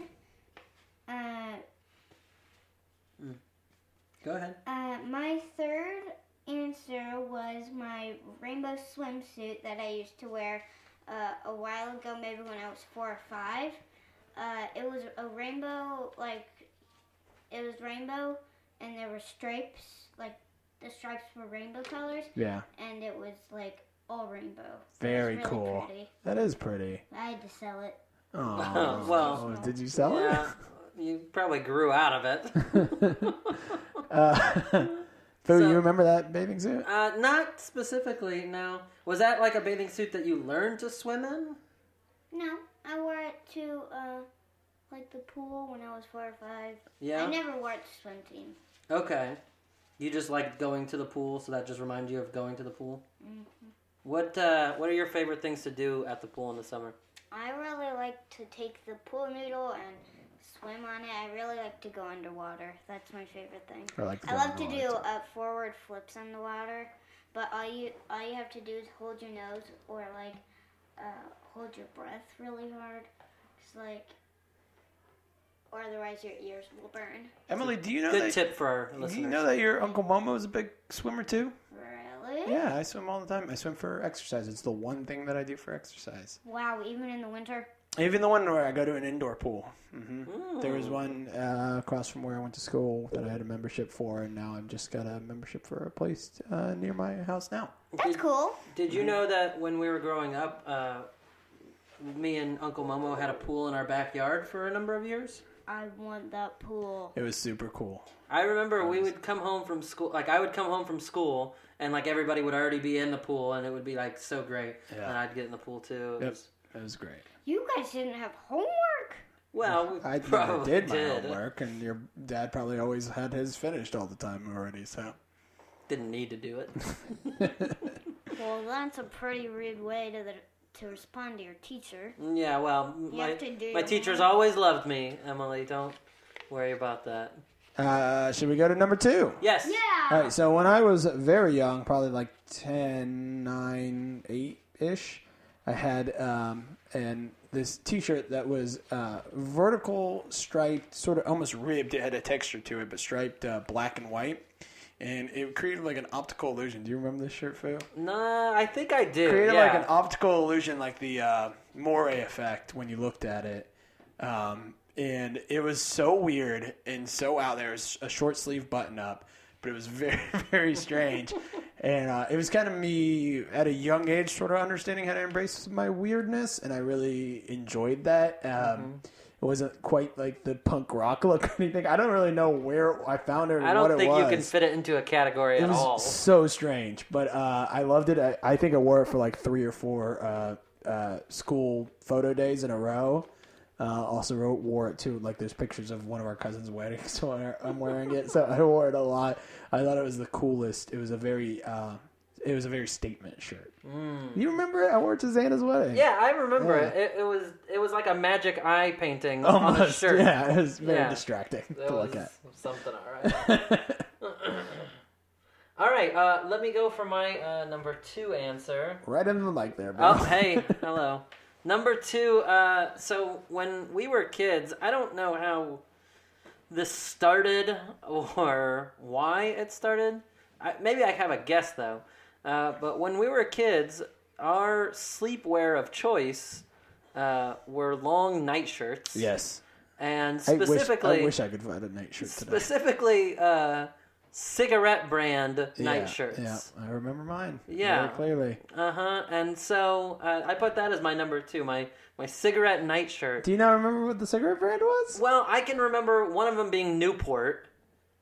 [SPEAKER 3] uh,
[SPEAKER 2] Go ahead.
[SPEAKER 3] uh, my third answer was my rainbow swimsuit that I used to wear uh, a while ago, maybe when I was four or five. Uh, it was a rainbow, like it was rainbow, and there were stripes, like the stripes were rainbow colors,
[SPEAKER 1] Yeah,
[SPEAKER 3] and it was like all rainbow. It was
[SPEAKER 1] Very
[SPEAKER 3] really
[SPEAKER 1] cool.
[SPEAKER 3] pretty.
[SPEAKER 1] that is
[SPEAKER 3] [laughs]
[SPEAKER 1] pretty.
[SPEAKER 3] I had to sell it.
[SPEAKER 1] Oh,
[SPEAKER 2] Well-
[SPEAKER 1] did you sell
[SPEAKER 2] Yeah, you probably grew out of it.
[SPEAKER 1] it? [laughs] uh, [laughs] Boo,
[SPEAKER 2] So-
[SPEAKER 1] you remember that bathing suit?
[SPEAKER 2] Uh, not specifically. No, was that like a bathing suit that you learned to swim in?
[SPEAKER 3] No, I wore it to uh, like the pool when I was four or five.
[SPEAKER 2] Yeah.
[SPEAKER 3] I never wore it to swim team.
[SPEAKER 2] Okay. You just like going to the pool, so that just reminds you of going to the pool. What uh, What are your favorite things to do at the pool in the summer?
[SPEAKER 3] I really like to take the pool noodle and swim on it. I really like to go underwater. That's my favorite thing.
[SPEAKER 1] I like.
[SPEAKER 3] I love to do uh, forward flips on the water, but all you all you have to do is hold your nose or like uh, hold your breath really hard, just like, or otherwise your ears will burn.
[SPEAKER 1] Emily, do you know
[SPEAKER 2] Good
[SPEAKER 1] that?
[SPEAKER 2] tip for our listeners.
[SPEAKER 1] Do you know that your uncle Momo is a big swimmer too?
[SPEAKER 3] Really?
[SPEAKER 1] Yeah, I swim all the time. I swim for exercise. It's the one thing that I do for exercise.
[SPEAKER 3] Wow! Even in the winter.
[SPEAKER 1] Even the one where I go to an indoor pool. hmm There was one uh, across from where I went to school that I had a membership for, and now I've just got a membership for a place uh, near my house now.
[SPEAKER 3] That's cool.
[SPEAKER 2] Did
[SPEAKER 1] Mm-hmm.
[SPEAKER 2] you know that when we were growing up, uh, me and Uncle Momo had a pool in our backyard for a number of years?
[SPEAKER 3] I want that pool.
[SPEAKER 1] It was super cool.
[SPEAKER 2] I remember we would come home from school, like I would come home from school, and like everybody would already be in the pool, and it would be like so great.
[SPEAKER 1] Yeah.
[SPEAKER 2] And I'd get in the pool too. It
[SPEAKER 1] Yep.
[SPEAKER 2] was-
[SPEAKER 1] It was great.
[SPEAKER 3] You guys didn't have homework.
[SPEAKER 2] Well, we
[SPEAKER 1] I never
[SPEAKER 2] probably
[SPEAKER 1] did my homework, and your dad probably always had his finished all the time already. So
[SPEAKER 2] Didn't need to
[SPEAKER 1] [laughs]
[SPEAKER 2] do it.
[SPEAKER 3] Well, that's a pretty rude way to the, to respond to your teacher.
[SPEAKER 2] Yeah, well, m-
[SPEAKER 3] You
[SPEAKER 2] my,
[SPEAKER 3] have to do
[SPEAKER 2] my
[SPEAKER 3] your
[SPEAKER 2] teachers
[SPEAKER 3] homework.
[SPEAKER 2] always loved me, Emily. Don't worry about that.
[SPEAKER 1] uh, should we go to number two?
[SPEAKER 2] Yes.
[SPEAKER 1] All right, so when I was very young, probably like 10, 9, 8 ish, I had um, and this t shirt that was uh, vertical striped, sort of almost ribbed. It had a texture to it, but striped uh, black and white. And it created like an optical illusion. Do you remember this shirt, Phil?
[SPEAKER 2] Nah, I think I do.
[SPEAKER 1] created
[SPEAKER 2] yeah.
[SPEAKER 1] like an optical illusion, like the uh, Moray effect when you looked at it. Um, and it was so weird and so out there. It was a short sleeve button up, but it was [laughs] very, very strange. and uh, it was kind of me at a young age, sort of understanding how to embrace my weirdness. And I really enjoyed that. Um,
[SPEAKER 2] Mm-hmm.
[SPEAKER 1] It wasn't quite like the punk rock look or anything. I don't really know where I found it or
[SPEAKER 2] I
[SPEAKER 1] what
[SPEAKER 2] don't
[SPEAKER 1] it
[SPEAKER 2] think
[SPEAKER 1] was
[SPEAKER 2] you can fit it into a category
[SPEAKER 1] it
[SPEAKER 2] at
[SPEAKER 1] was
[SPEAKER 2] all.
[SPEAKER 1] so strange, but uh, I loved it. I, I think I wore it for like three or four uh, uh, school photo days in a row. Uh, also wrote, wore it to like there's pictures of one of our cousins' weddings, [laughs] so I- I'm wearing it. So I wore it a lot. I thought it was the coolest. It was a very, uh, it was a very statement shirt. You remember it? I wore it to Xana's wedding.
[SPEAKER 2] Mm. Yeah, I remember
[SPEAKER 1] Yeah.
[SPEAKER 2] it. it. It was it was like a magic eye painting on
[SPEAKER 1] [laughs]
[SPEAKER 2] a
[SPEAKER 1] almost.
[SPEAKER 2] shirt.
[SPEAKER 1] Yeah, it was very
[SPEAKER 2] Oh, Yeah.
[SPEAKER 1] distracting
[SPEAKER 2] That
[SPEAKER 1] to
[SPEAKER 2] was
[SPEAKER 1] look
[SPEAKER 2] [laughs]
[SPEAKER 1] at. [laughs]
[SPEAKER 2] something, all right. all right, uh, let me go for my uh, number two answer.
[SPEAKER 1] Right in the mic there.
[SPEAKER 2] Oh,
[SPEAKER 1] babe.
[SPEAKER 2] hey, hello. Number two, uh, so when we were kids, I don't know how this started or why it started. I, maybe I have a guess, though. Uh, but when we were kids, our sleepwear of choice uh, were long nightshirts.
[SPEAKER 1] yes.
[SPEAKER 2] And
[SPEAKER 1] I wish,
[SPEAKER 2] specifically,
[SPEAKER 1] I wish I could find a night shirt today.
[SPEAKER 2] specifically uh, cigarette brand night shirts.
[SPEAKER 1] Yeah, I remember mine.
[SPEAKER 2] Yeah.
[SPEAKER 1] very clearly.
[SPEAKER 2] Uh huh. And so uh, I put that as my number two, my my cigarette nightshirt.
[SPEAKER 1] Do you not remember what the cigarette brand was?
[SPEAKER 2] Well, I can remember one of them being Newport.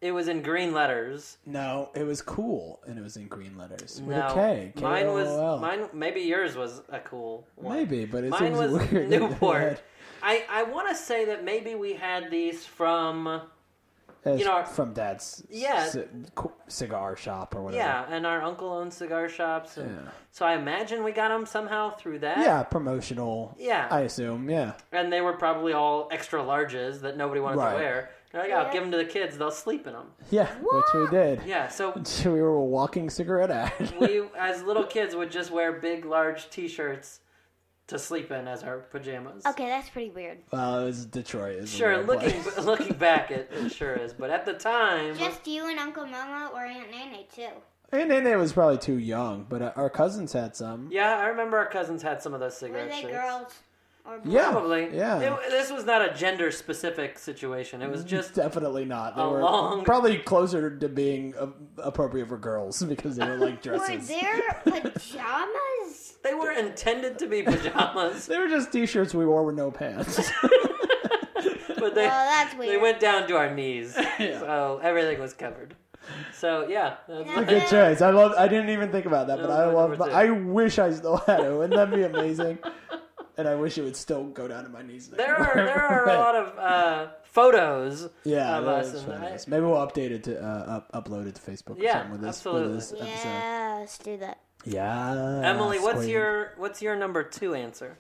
[SPEAKER 2] It was in green letters.
[SPEAKER 1] No, it was cool, and it was in green letters with
[SPEAKER 2] No,
[SPEAKER 1] a K.
[SPEAKER 2] mine was
[SPEAKER 1] K-O-O-L.
[SPEAKER 2] mine. Maybe yours was a cool one.
[SPEAKER 1] Maybe, but it
[SPEAKER 2] mine
[SPEAKER 1] seems
[SPEAKER 2] was
[SPEAKER 1] weird. [laughs] that they
[SPEAKER 2] Newport.
[SPEAKER 1] had-
[SPEAKER 2] I I want to say that maybe we had these from
[SPEAKER 1] as
[SPEAKER 2] You know,
[SPEAKER 1] from Dad's
[SPEAKER 2] yeah.
[SPEAKER 1] ci- co- cigar shop or whatever.
[SPEAKER 2] yeah, and our uncle owned cigar shops, and
[SPEAKER 1] Yeah.
[SPEAKER 2] so I imagine we got them somehow through that.
[SPEAKER 1] Yeah, promotional.
[SPEAKER 2] Yeah.
[SPEAKER 1] I assume. Yeah,
[SPEAKER 2] and they were probably all extra larges that nobody wanted
[SPEAKER 1] Right.
[SPEAKER 2] to wear. They're like, I'll give them to the kids; they'll sleep in them.
[SPEAKER 1] yeah, which we did. [laughs]
[SPEAKER 2] Yeah, so
[SPEAKER 1] So we were a walking cigarette ad.
[SPEAKER 2] we, as little kids, would just wear big, large T-shirts to sleep in as our pajamas.
[SPEAKER 3] Okay, that's pretty weird.
[SPEAKER 1] well, it was Detroit. Is
[SPEAKER 2] Sure, looking looking back, it, it sure is. But at the time,
[SPEAKER 3] Just you and Uncle Mama or Aunt Nene too.
[SPEAKER 1] and then it was probably too young, but uh, our cousins had some.
[SPEAKER 2] yeah, I remember our cousins had some of those
[SPEAKER 3] Were
[SPEAKER 2] cigarette
[SPEAKER 3] they
[SPEAKER 2] shirts.
[SPEAKER 3] girls or boys?
[SPEAKER 1] Yeah,
[SPEAKER 2] Probably.
[SPEAKER 1] Yeah, Mm.
[SPEAKER 2] It- this was not a gender specific situation. It was just
[SPEAKER 1] Definitely not. They
[SPEAKER 2] a
[SPEAKER 1] were
[SPEAKER 2] long-
[SPEAKER 1] probably closer to being uh, appropriate for girls [laughs] because they were like
[SPEAKER 3] Were
[SPEAKER 1] dresses.
[SPEAKER 3] there
[SPEAKER 2] [laughs]
[SPEAKER 3] pajamas?
[SPEAKER 2] they were intended to
[SPEAKER 1] [laughs]
[SPEAKER 2] be pajamas,
[SPEAKER 1] They were just t-shirts we wore with no
[SPEAKER 2] [laughs]
[SPEAKER 1] pants. [laughs]
[SPEAKER 2] but they
[SPEAKER 3] Well, Oh, that's weird.
[SPEAKER 2] they went down to our knees,
[SPEAKER 1] [laughs] Yeah.
[SPEAKER 2] so everything was covered. So yeah, uh, that's
[SPEAKER 1] a
[SPEAKER 3] Yeah.
[SPEAKER 1] good choice. I love. I didn't even think about that, but
[SPEAKER 2] That was
[SPEAKER 1] I
[SPEAKER 2] my
[SPEAKER 1] love.
[SPEAKER 2] number two. [laughs]
[SPEAKER 1] I wish I still had it. Wouldn't that be amazing? and I wish it would still go down to my knees.
[SPEAKER 2] There are
[SPEAKER 1] [laughs]
[SPEAKER 2] there are a lot of uh, photos.
[SPEAKER 1] yeah,
[SPEAKER 2] of
[SPEAKER 1] that
[SPEAKER 2] us
[SPEAKER 1] is
[SPEAKER 2] and
[SPEAKER 1] funny.
[SPEAKER 2] I-
[SPEAKER 1] Maybe we'll update it to uh, up, upload it to Facebook. or
[SPEAKER 2] Yeah,
[SPEAKER 1] something with this,
[SPEAKER 2] absolutely.
[SPEAKER 1] With this episode.
[SPEAKER 3] Yeah, let's do that.
[SPEAKER 1] Yeah.
[SPEAKER 2] Emily, what's
[SPEAKER 1] sweet.
[SPEAKER 2] your what's your number two answer?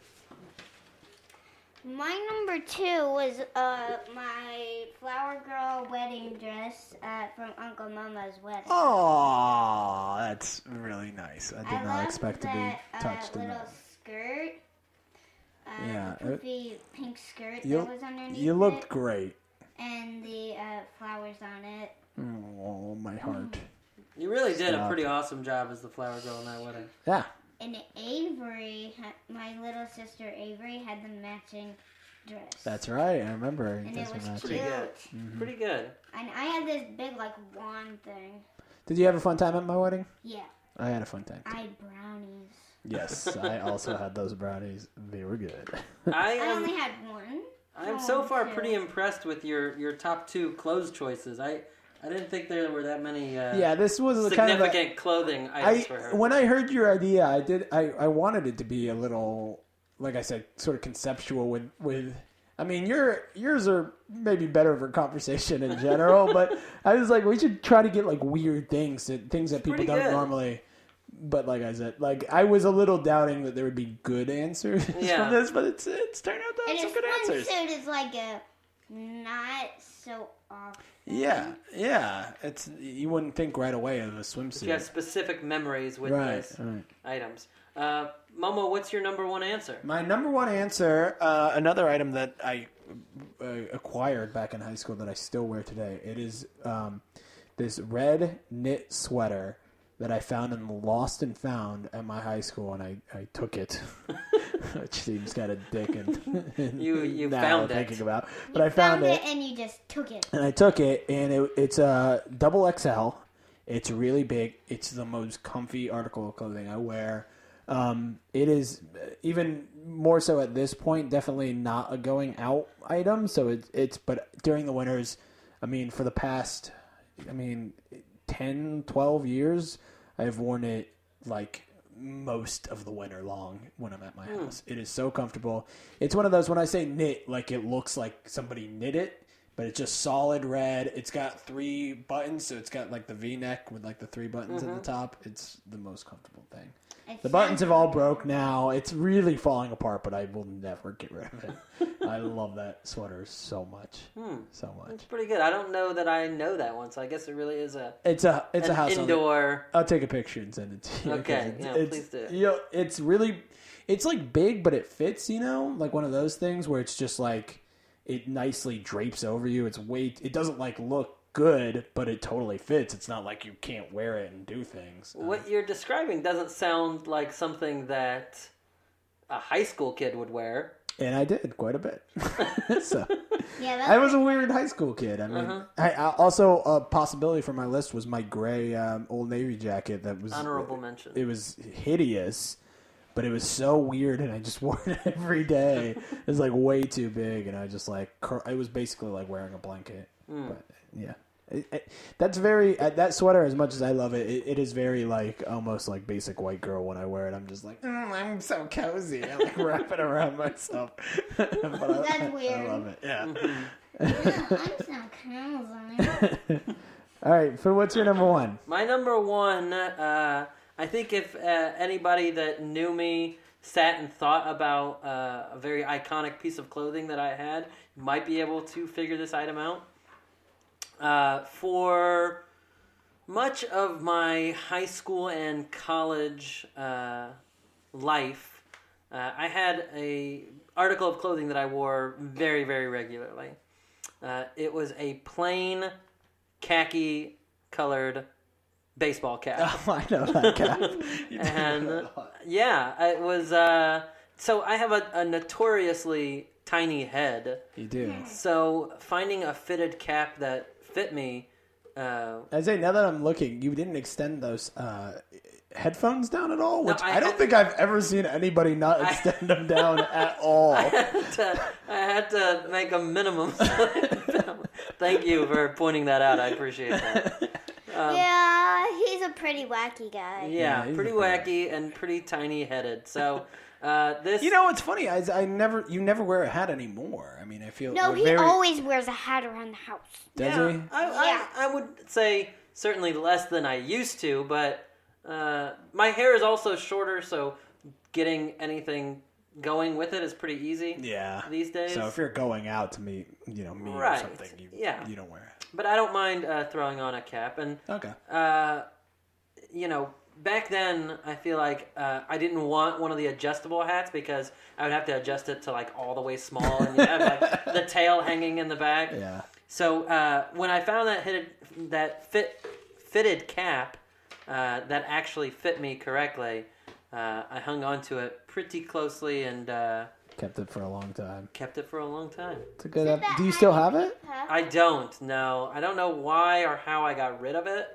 [SPEAKER 3] My number two was uh, my flower girl wedding dress uh, from Uncle Mama's wedding.
[SPEAKER 1] Oh, that's really nice. I did
[SPEAKER 3] I
[SPEAKER 1] not
[SPEAKER 3] love
[SPEAKER 1] expect to
[SPEAKER 3] that,
[SPEAKER 1] be touched
[SPEAKER 3] uh,
[SPEAKER 1] in
[SPEAKER 3] little
[SPEAKER 1] that.
[SPEAKER 3] skirt. Uh,
[SPEAKER 1] Yeah,
[SPEAKER 3] the
[SPEAKER 1] it-
[SPEAKER 3] poofy pink skirt
[SPEAKER 1] You,
[SPEAKER 3] that was underneath
[SPEAKER 1] you looked
[SPEAKER 3] it,
[SPEAKER 1] great.
[SPEAKER 3] and the uh, flowers on it.
[SPEAKER 1] Oh, my heart.
[SPEAKER 3] Mm.
[SPEAKER 2] You really did a
[SPEAKER 1] Stop.
[SPEAKER 2] pretty awesome job as the flower girl in that wedding.
[SPEAKER 1] Yeah.
[SPEAKER 3] And Avery, ha- my little sister Avery, had the matching dress.
[SPEAKER 1] That's right. I remember. You
[SPEAKER 3] and
[SPEAKER 1] guys
[SPEAKER 3] it
[SPEAKER 1] were
[SPEAKER 3] was
[SPEAKER 1] matching.
[SPEAKER 3] cute.
[SPEAKER 2] Pretty good.
[SPEAKER 1] Mm-hmm.
[SPEAKER 2] Pretty good.
[SPEAKER 3] And I had this big like wand thing.
[SPEAKER 1] Did you have a fun time at my wedding?
[SPEAKER 3] Yeah,
[SPEAKER 1] I had a fun time.
[SPEAKER 3] I had brownies.
[SPEAKER 1] Yes, I also had those brownies. They were good.
[SPEAKER 2] [laughs] I
[SPEAKER 3] I only
[SPEAKER 2] am
[SPEAKER 3] had one.
[SPEAKER 2] I'm so
[SPEAKER 3] Oh,
[SPEAKER 2] far
[SPEAKER 3] two.
[SPEAKER 2] pretty impressed with your your top two clothes choices. I I didn't think there were that many uh,
[SPEAKER 1] yeah, this was the kind of.
[SPEAKER 2] significant
[SPEAKER 1] a-
[SPEAKER 2] clothing items
[SPEAKER 1] I
[SPEAKER 2] for her.
[SPEAKER 1] when I heard your idea, I did. I I wanted it to be a little, like I said, sort of conceptual. With with, I mean, your yours are maybe better for conversation in
[SPEAKER 2] [laughs]
[SPEAKER 1] general. but I was like, we should try to get like weird things that things that people
[SPEAKER 2] pretty
[SPEAKER 1] don't
[SPEAKER 2] good.
[SPEAKER 1] normally. But like I said, like I was a little doubting that there would be good answers [laughs]
[SPEAKER 2] Yeah.
[SPEAKER 1] from this, but it's it's turned out to have
[SPEAKER 3] And
[SPEAKER 1] some
[SPEAKER 3] his
[SPEAKER 1] good answers.
[SPEAKER 3] swimsuit is like a not so awful.
[SPEAKER 1] Yeah, yeah. It's you wouldn't think right away of a swimsuit.
[SPEAKER 2] you have specific memories with
[SPEAKER 1] right,
[SPEAKER 2] those
[SPEAKER 1] right.
[SPEAKER 2] items. Uh, Momo, what's your number one answer?
[SPEAKER 1] My number one answer, uh, another item that I uh, acquired back in high school that I still wear today. It is um, this red knit sweater that I found in the lost and found at my high school, and I, I took it, [laughs] which seems kind of dick and, and
[SPEAKER 2] You- you
[SPEAKER 1] [laughs] now
[SPEAKER 2] found it.
[SPEAKER 1] thinking about, but
[SPEAKER 3] You
[SPEAKER 1] I found, it
[SPEAKER 3] and you just took it.
[SPEAKER 1] and I took it, and it, it's a double XL. It's really big. It's the most comfy article of clothing I wear. Um, it is uh, even more so at this point. Definitely not a going out item. So it's it's but during the winters, I mean, for the past, I mean, 10, 12 years, I've worn it like most of the winter long when I'm at my
[SPEAKER 2] Hmm.
[SPEAKER 1] house. It is so comfortable. It's one of those when I say knit, like it looks like somebody knit it, but it's just solid red. It's got three buttons, so it's got like the V neck with like the three buttons
[SPEAKER 2] Mm-hmm.
[SPEAKER 1] at the top. It's the most comfortable thing.
[SPEAKER 3] It's
[SPEAKER 1] The buttons have all broke now. It's really falling apart, but I will never get rid
[SPEAKER 2] [laughs]
[SPEAKER 1] of it. I love that sweater so much.
[SPEAKER 2] Hmm.
[SPEAKER 1] So much.
[SPEAKER 2] It's pretty good. I don't know that I know that one, so I guess it really is a
[SPEAKER 1] It's a it's
[SPEAKER 2] an
[SPEAKER 1] a house on the-
[SPEAKER 2] indoor.
[SPEAKER 1] I'll take a picture and send it to you.
[SPEAKER 2] Okay,
[SPEAKER 1] It's-
[SPEAKER 2] yeah,
[SPEAKER 1] it's,
[SPEAKER 2] please do.
[SPEAKER 1] You know, it's really, it's like big, but it fits. You know, like one of those things where it's just like it nicely drapes over you. It's weight. It doesn't like look good, but it totally fits. It's not like you can't wear it and do things. Uh,
[SPEAKER 2] What you're describing doesn't sound like something that a high school kid would wear.
[SPEAKER 1] And I did quite a
[SPEAKER 2] [laughs]
[SPEAKER 1] bit. [laughs] so
[SPEAKER 3] Yeah, that's,
[SPEAKER 1] I was a weird high school kid. I mean,
[SPEAKER 2] Uh-huh.
[SPEAKER 1] I, I also a possibility for my list was my gray um, old navy jacket that was
[SPEAKER 2] Honorable mention.
[SPEAKER 1] it was hideous, but it was so weird, and I just [laughs] wore it every day. it was like way too big, and I just like cur- it was basically like wearing a blanket. But yeah, It- it- that's very uh, that sweater. As much as I love it, it, it is very like almost like basic white girl when I wear it. I'm just like mm, I'm so cozy. I like [laughs] wrap it around myself. [laughs] But I-
[SPEAKER 3] That's
[SPEAKER 1] I-
[SPEAKER 3] weird.
[SPEAKER 1] I love it. Yeah.
[SPEAKER 3] yeah,
[SPEAKER 1] [laughs]
[SPEAKER 3] I'm so cozy.
[SPEAKER 1] All right, for what's your number one? [laughs]
[SPEAKER 2] My number one, uh, I think if uh, anybody that knew me sat and thought about uh, a very iconic piece of clothing that I had, might be able to figure this item out. Uh, for much of my high school and college uh, life, uh, I had a article of clothing that I wore very, very regularly. Uh, it was a plain khaki colored baseball cap.
[SPEAKER 1] [laughs] Oh, I know that cap. You do [laughs]
[SPEAKER 2] [laughs]
[SPEAKER 1] that
[SPEAKER 2] and
[SPEAKER 1] a lot.
[SPEAKER 2] yeah, it was. Uh, so I have a, a notoriously tiny head.
[SPEAKER 1] you do.
[SPEAKER 2] So finding a fitted cap that fit me, uh, [laughs]
[SPEAKER 1] I say now that I'm looking, you didn't extend those uh, headphones down at all, which
[SPEAKER 2] I
[SPEAKER 1] I, don't
[SPEAKER 2] had-
[SPEAKER 1] think I've ever seen anybody not extend
[SPEAKER 2] [laughs]
[SPEAKER 1] them down at all.
[SPEAKER 2] to- I had to make a minimum. [laughs] Thank you for pointing that out. I appreciate that.
[SPEAKER 3] yeah, he's a pretty wacky guy.
[SPEAKER 1] [laughs]
[SPEAKER 2] Yeah,
[SPEAKER 1] Um, Yeah, he's
[SPEAKER 2] pretty
[SPEAKER 1] a pro.
[SPEAKER 2] wacky and pretty tiny headed. So Uh, this
[SPEAKER 1] You know what's funny? I, I never you never wear a hat anymore. I mean, I feel
[SPEAKER 3] No,
[SPEAKER 1] we're
[SPEAKER 3] he
[SPEAKER 1] very,
[SPEAKER 3] always wears a hat around the house.
[SPEAKER 1] does
[SPEAKER 2] yeah,
[SPEAKER 1] he?
[SPEAKER 2] I, I,
[SPEAKER 3] Yeah.
[SPEAKER 2] I would say certainly less than I used to, but uh, my hair is also shorter, so getting anything going with it is pretty easy.
[SPEAKER 1] Yeah.
[SPEAKER 2] These days.
[SPEAKER 1] So if you're going out to meet, you know, me or
[SPEAKER 2] Right,
[SPEAKER 1] something, you,
[SPEAKER 2] yeah.
[SPEAKER 1] you don't wear it.
[SPEAKER 2] But I don't mind uh, throwing on a cap, and
[SPEAKER 1] Okay.
[SPEAKER 2] uh, you know, back then I feel like uh, I didn't want one of the adjustable hats because I would have to adjust it to like all the way small, and you have
[SPEAKER 1] [laughs]
[SPEAKER 2] like the tail hanging in the back.
[SPEAKER 1] Yeah.
[SPEAKER 2] So uh, when I found that hitted, that fit fitted cap uh, that actually fit me correctly, uh, I hung on to it pretty closely and uh,
[SPEAKER 1] Kept it for a long time.
[SPEAKER 2] kept it for a long time.
[SPEAKER 1] It's a good.
[SPEAKER 3] Did
[SPEAKER 1] Ep-
[SPEAKER 3] that
[SPEAKER 1] Do you still have
[SPEAKER 3] happen?
[SPEAKER 1] it?
[SPEAKER 3] Huh?
[SPEAKER 2] I don't know. I don't know why or how I got rid of it,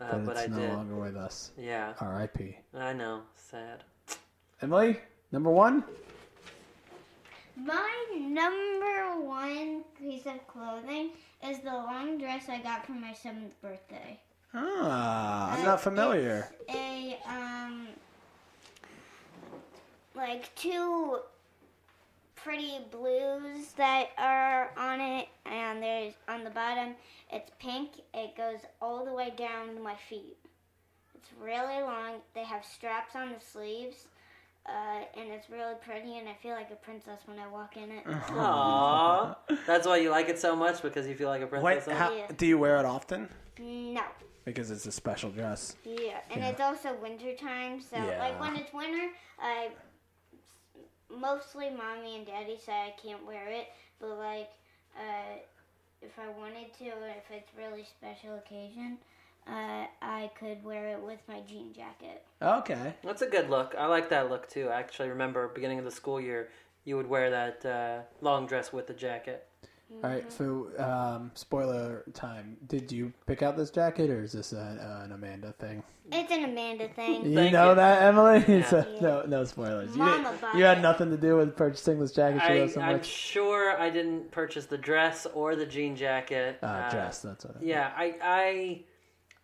[SPEAKER 2] uh,
[SPEAKER 1] But
[SPEAKER 2] but
[SPEAKER 1] it's
[SPEAKER 2] I
[SPEAKER 1] no
[SPEAKER 2] did.
[SPEAKER 1] longer with us.
[SPEAKER 2] Yeah,
[SPEAKER 1] R.I.P.
[SPEAKER 2] I know.
[SPEAKER 1] [laughs]
[SPEAKER 2] Sad.
[SPEAKER 1] Emily, number one.
[SPEAKER 3] My number one piece of clothing is the long dress I got for my seventh birthday.
[SPEAKER 1] Ah, I'm
[SPEAKER 3] Uh,
[SPEAKER 1] not familiar.
[SPEAKER 3] It's a um, like two pretty blues that are on it, and there's on the bottom. It's pink. It goes all the way down to my feet. It's really long. They have straps on the sleeves. Uh, and it's really pretty, and I feel like a princess when I walk in
[SPEAKER 1] Uh-huh.
[SPEAKER 3] it.
[SPEAKER 2] Aww. That's why you like it so much because you feel like a
[SPEAKER 1] Wait,
[SPEAKER 2] princess. huh?
[SPEAKER 1] how, do you wear it often?
[SPEAKER 3] No.
[SPEAKER 1] Because it's a special dress.
[SPEAKER 3] Yeah, and
[SPEAKER 1] Yeah.
[SPEAKER 3] it's also winter time, so
[SPEAKER 1] Yeah.
[SPEAKER 3] like when it's winter, I mostly mommy and daddy say I can't wear it, but like uh, if I wanted to, or if it's really special occasion, uh, I could wear it with my jean jacket.
[SPEAKER 1] Okay.
[SPEAKER 2] That's a good look. I like that look too. I actually remember beginning of the school year, you would wear that uh, long dress with the jacket.
[SPEAKER 1] All right. So, um, spoiler time. Did you pick out this jacket, or is this a, an Amanda thing?
[SPEAKER 3] It's an Amanda thing.
[SPEAKER 1] You
[SPEAKER 2] Thank
[SPEAKER 1] know
[SPEAKER 2] you.
[SPEAKER 1] that, Emily.
[SPEAKER 2] Yeah.
[SPEAKER 1] [laughs] So- no, no spoilers. You,
[SPEAKER 3] Mama
[SPEAKER 1] didn't-
[SPEAKER 3] bought
[SPEAKER 1] you had
[SPEAKER 3] it.
[SPEAKER 1] nothing to do with purchasing this jacket. She
[SPEAKER 2] I,
[SPEAKER 1] loves so
[SPEAKER 2] I'm
[SPEAKER 1] much.
[SPEAKER 2] sure I didn't purchase the dress or the jean jacket.
[SPEAKER 1] Uh,
[SPEAKER 2] Uh,
[SPEAKER 1] dress. That's what. I-
[SPEAKER 2] Yeah, I I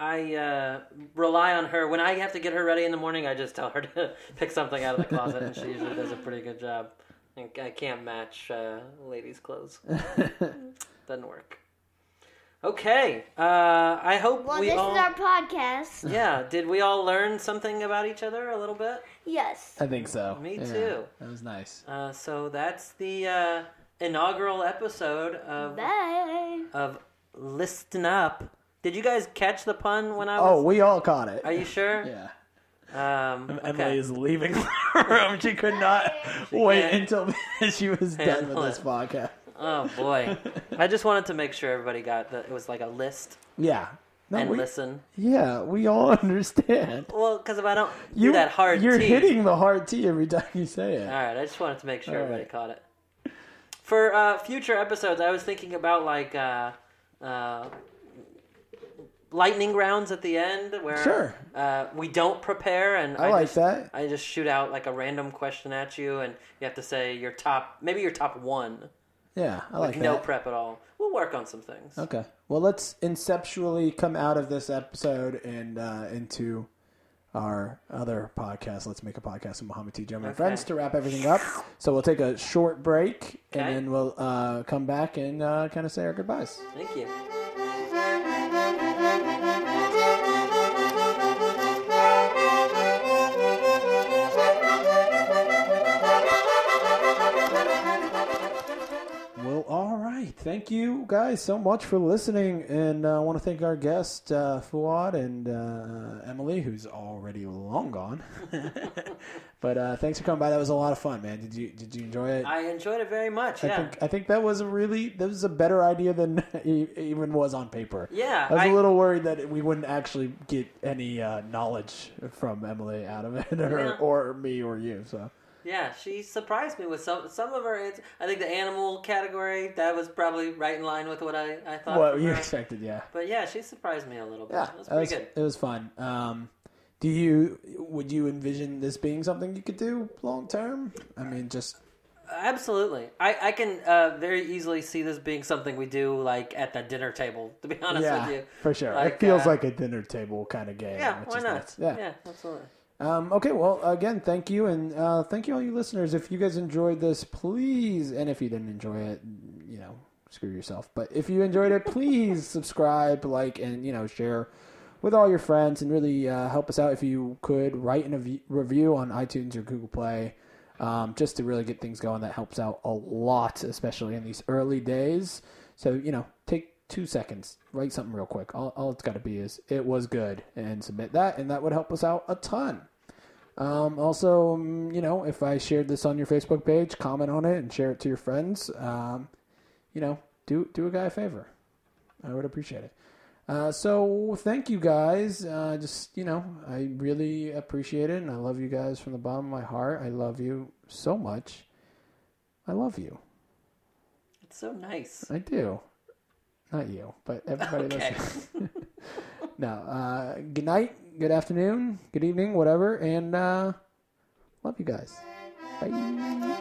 [SPEAKER 2] I uh, rely on her when I have to get her ready in the morning. I just tell her [laughs] to pick something out of the closet, and she usually does a pretty good job. I I can't match uh, ladies' clothes; doesn't work. Okay, uh, I hope
[SPEAKER 3] Well,
[SPEAKER 2] we
[SPEAKER 3] this
[SPEAKER 2] all.
[SPEAKER 3] is our
[SPEAKER 2] [laughs]
[SPEAKER 3] podcast.
[SPEAKER 2] yeah, did we all learn something about each other a little bit?
[SPEAKER 3] Yes.
[SPEAKER 1] [laughs] I think so.
[SPEAKER 2] Me
[SPEAKER 1] Yeah,
[SPEAKER 2] too.
[SPEAKER 1] That was nice.
[SPEAKER 2] Uh, so that's the uh, inaugural episode of
[SPEAKER 3] Bye.
[SPEAKER 2] of Listen Up. Did you guys catch the pun when I
[SPEAKER 1] Oh,
[SPEAKER 2] was?
[SPEAKER 1] we all caught it.
[SPEAKER 2] Are you sure?
[SPEAKER 1] Yeah.
[SPEAKER 2] Um, okay.
[SPEAKER 1] Emily is leaving [laughs] the room. She could not wait
[SPEAKER 2] can't.
[SPEAKER 1] until [laughs] she was done with
[SPEAKER 2] Handle
[SPEAKER 1] this
[SPEAKER 2] it.
[SPEAKER 1] podcast.
[SPEAKER 2] Oh boy, I just wanted to make sure everybody got that it was like a list
[SPEAKER 1] Yeah. No,
[SPEAKER 2] and
[SPEAKER 1] we,
[SPEAKER 2] listen.
[SPEAKER 1] yeah, we all [laughs] understand.
[SPEAKER 2] Well, because if I don't do that hard,
[SPEAKER 1] You're
[SPEAKER 2] T-
[SPEAKER 1] hitting the hard T every time you say it.
[SPEAKER 2] All right, I just wanted to make sure
[SPEAKER 1] All
[SPEAKER 2] everybody
[SPEAKER 1] right.
[SPEAKER 2] caught it. For uh, future episodes, I was thinking about like uh, uh, lightning rounds at the end, where
[SPEAKER 1] Sure.
[SPEAKER 2] uh, we don't prepare and
[SPEAKER 1] I, like
[SPEAKER 2] just,
[SPEAKER 1] that.
[SPEAKER 2] I just shoot out like a random question at you, and you have to say your top, maybe your top one,
[SPEAKER 1] Yeah, I like that.
[SPEAKER 2] no prep at all. We'll work on some things.
[SPEAKER 1] okay. Well, let's inceptually come out of this episode and uh, into our other podcast. Let's make a podcast with Muhammad T. Jum and
[SPEAKER 2] Okay.
[SPEAKER 1] friends to wrap everything up. So we'll take a short break
[SPEAKER 2] Okay.
[SPEAKER 1] and then we'll uh, come back and uh, kind of say our goodbyes.
[SPEAKER 2] Thank you.
[SPEAKER 1] Well, all right. Thank you guys so much for listening, and uh, I want to thank our guest uh, Fuad and uh, Emily, who's already long gone. [laughs] but uh, thanks for coming by. That was a lot of fun, man. Did you did you enjoy it?
[SPEAKER 2] I enjoyed it very much.
[SPEAKER 1] I
[SPEAKER 2] Yeah.
[SPEAKER 1] think I think that was a really that was a better idea than [laughs] e- even was on paper.
[SPEAKER 2] Yeah,
[SPEAKER 1] I was a
[SPEAKER 2] I-
[SPEAKER 1] little worried that we wouldn't actually get any uh, knowledge from Emily out of it, [laughs] or,
[SPEAKER 2] Yeah.
[SPEAKER 1] or me or you. So
[SPEAKER 2] Yeah, she surprised me with some some of her. ans- I think the animal category that was probably right in line with what I, I thought.
[SPEAKER 1] what
[SPEAKER 2] from
[SPEAKER 1] you
[SPEAKER 2] her.
[SPEAKER 1] expected, yeah.
[SPEAKER 2] But yeah, she surprised me a little bit.
[SPEAKER 1] Yeah,
[SPEAKER 2] it was
[SPEAKER 1] that
[SPEAKER 2] pretty
[SPEAKER 1] was-
[SPEAKER 2] good.
[SPEAKER 1] It was fun. Um, do you would you envision this being something you could do long term? I mean, just
[SPEAKER 2] Absolutely, I I can uh, very easily see this being something we do like at the dinner table. To be [laughs] honest
[SPEAKER 1] yeah,
[SPEAKER 2] with you,
[SPEAKER 1] for sure.
[SPEAKER 2] Like,
[SPEAKER 1] it feels
[SPEAKER 2] uh,
[SPEAKER 1] like a dinner table kind of game.
[SPEAKER 2] yeah,
[SPEAKER 1] which
[SPEAKER 2] why
[SPEAKER 1] is
[SPEAKER 2] not?
[SPEAKER 1] nice.
[SPEAKER 2] Yeah.
[SPEAKER 1] Yeah.
[SPEAKER 2] absolutely.
[SPEAKER 1] Um, okay, well, again, thank you, and uh, thank you all you listeners. If you guys enjoyed this, please, and if you didn't enjoy it, you know, screw yourself. But if you enjoyed it, please subscribe, like, and you know, share with all your friends, and really uh, help us out if you could write in a v- review on iTunes or Google Play, um, just to really get things going. That helps out a lot, especially in these early days. So you know, take two seconds, write something real quick. All, all it's got to be is it was good, and submit that, and that would help us out a ton. Um, also, um, you know, if I shared this on your Facebook page, comment on it and share it to your friends. Um, you know, do do a guy a favor. I would appreciate it. Uh, so thank you guys. Uh, just you know, I really appreciate it, and I love you guys from the bottom of my heart. I love you so much. I love you.
[SPEAKER 2] It's so nice.
[SPEAKER 1] I do. Not you, but everybody
[SPEAKER 2] Okay.
[SPEAKER 1] listening. [laughs] no. Uh, good night, good afternoon, good evening, whatever, and uh, love you guys. Bye.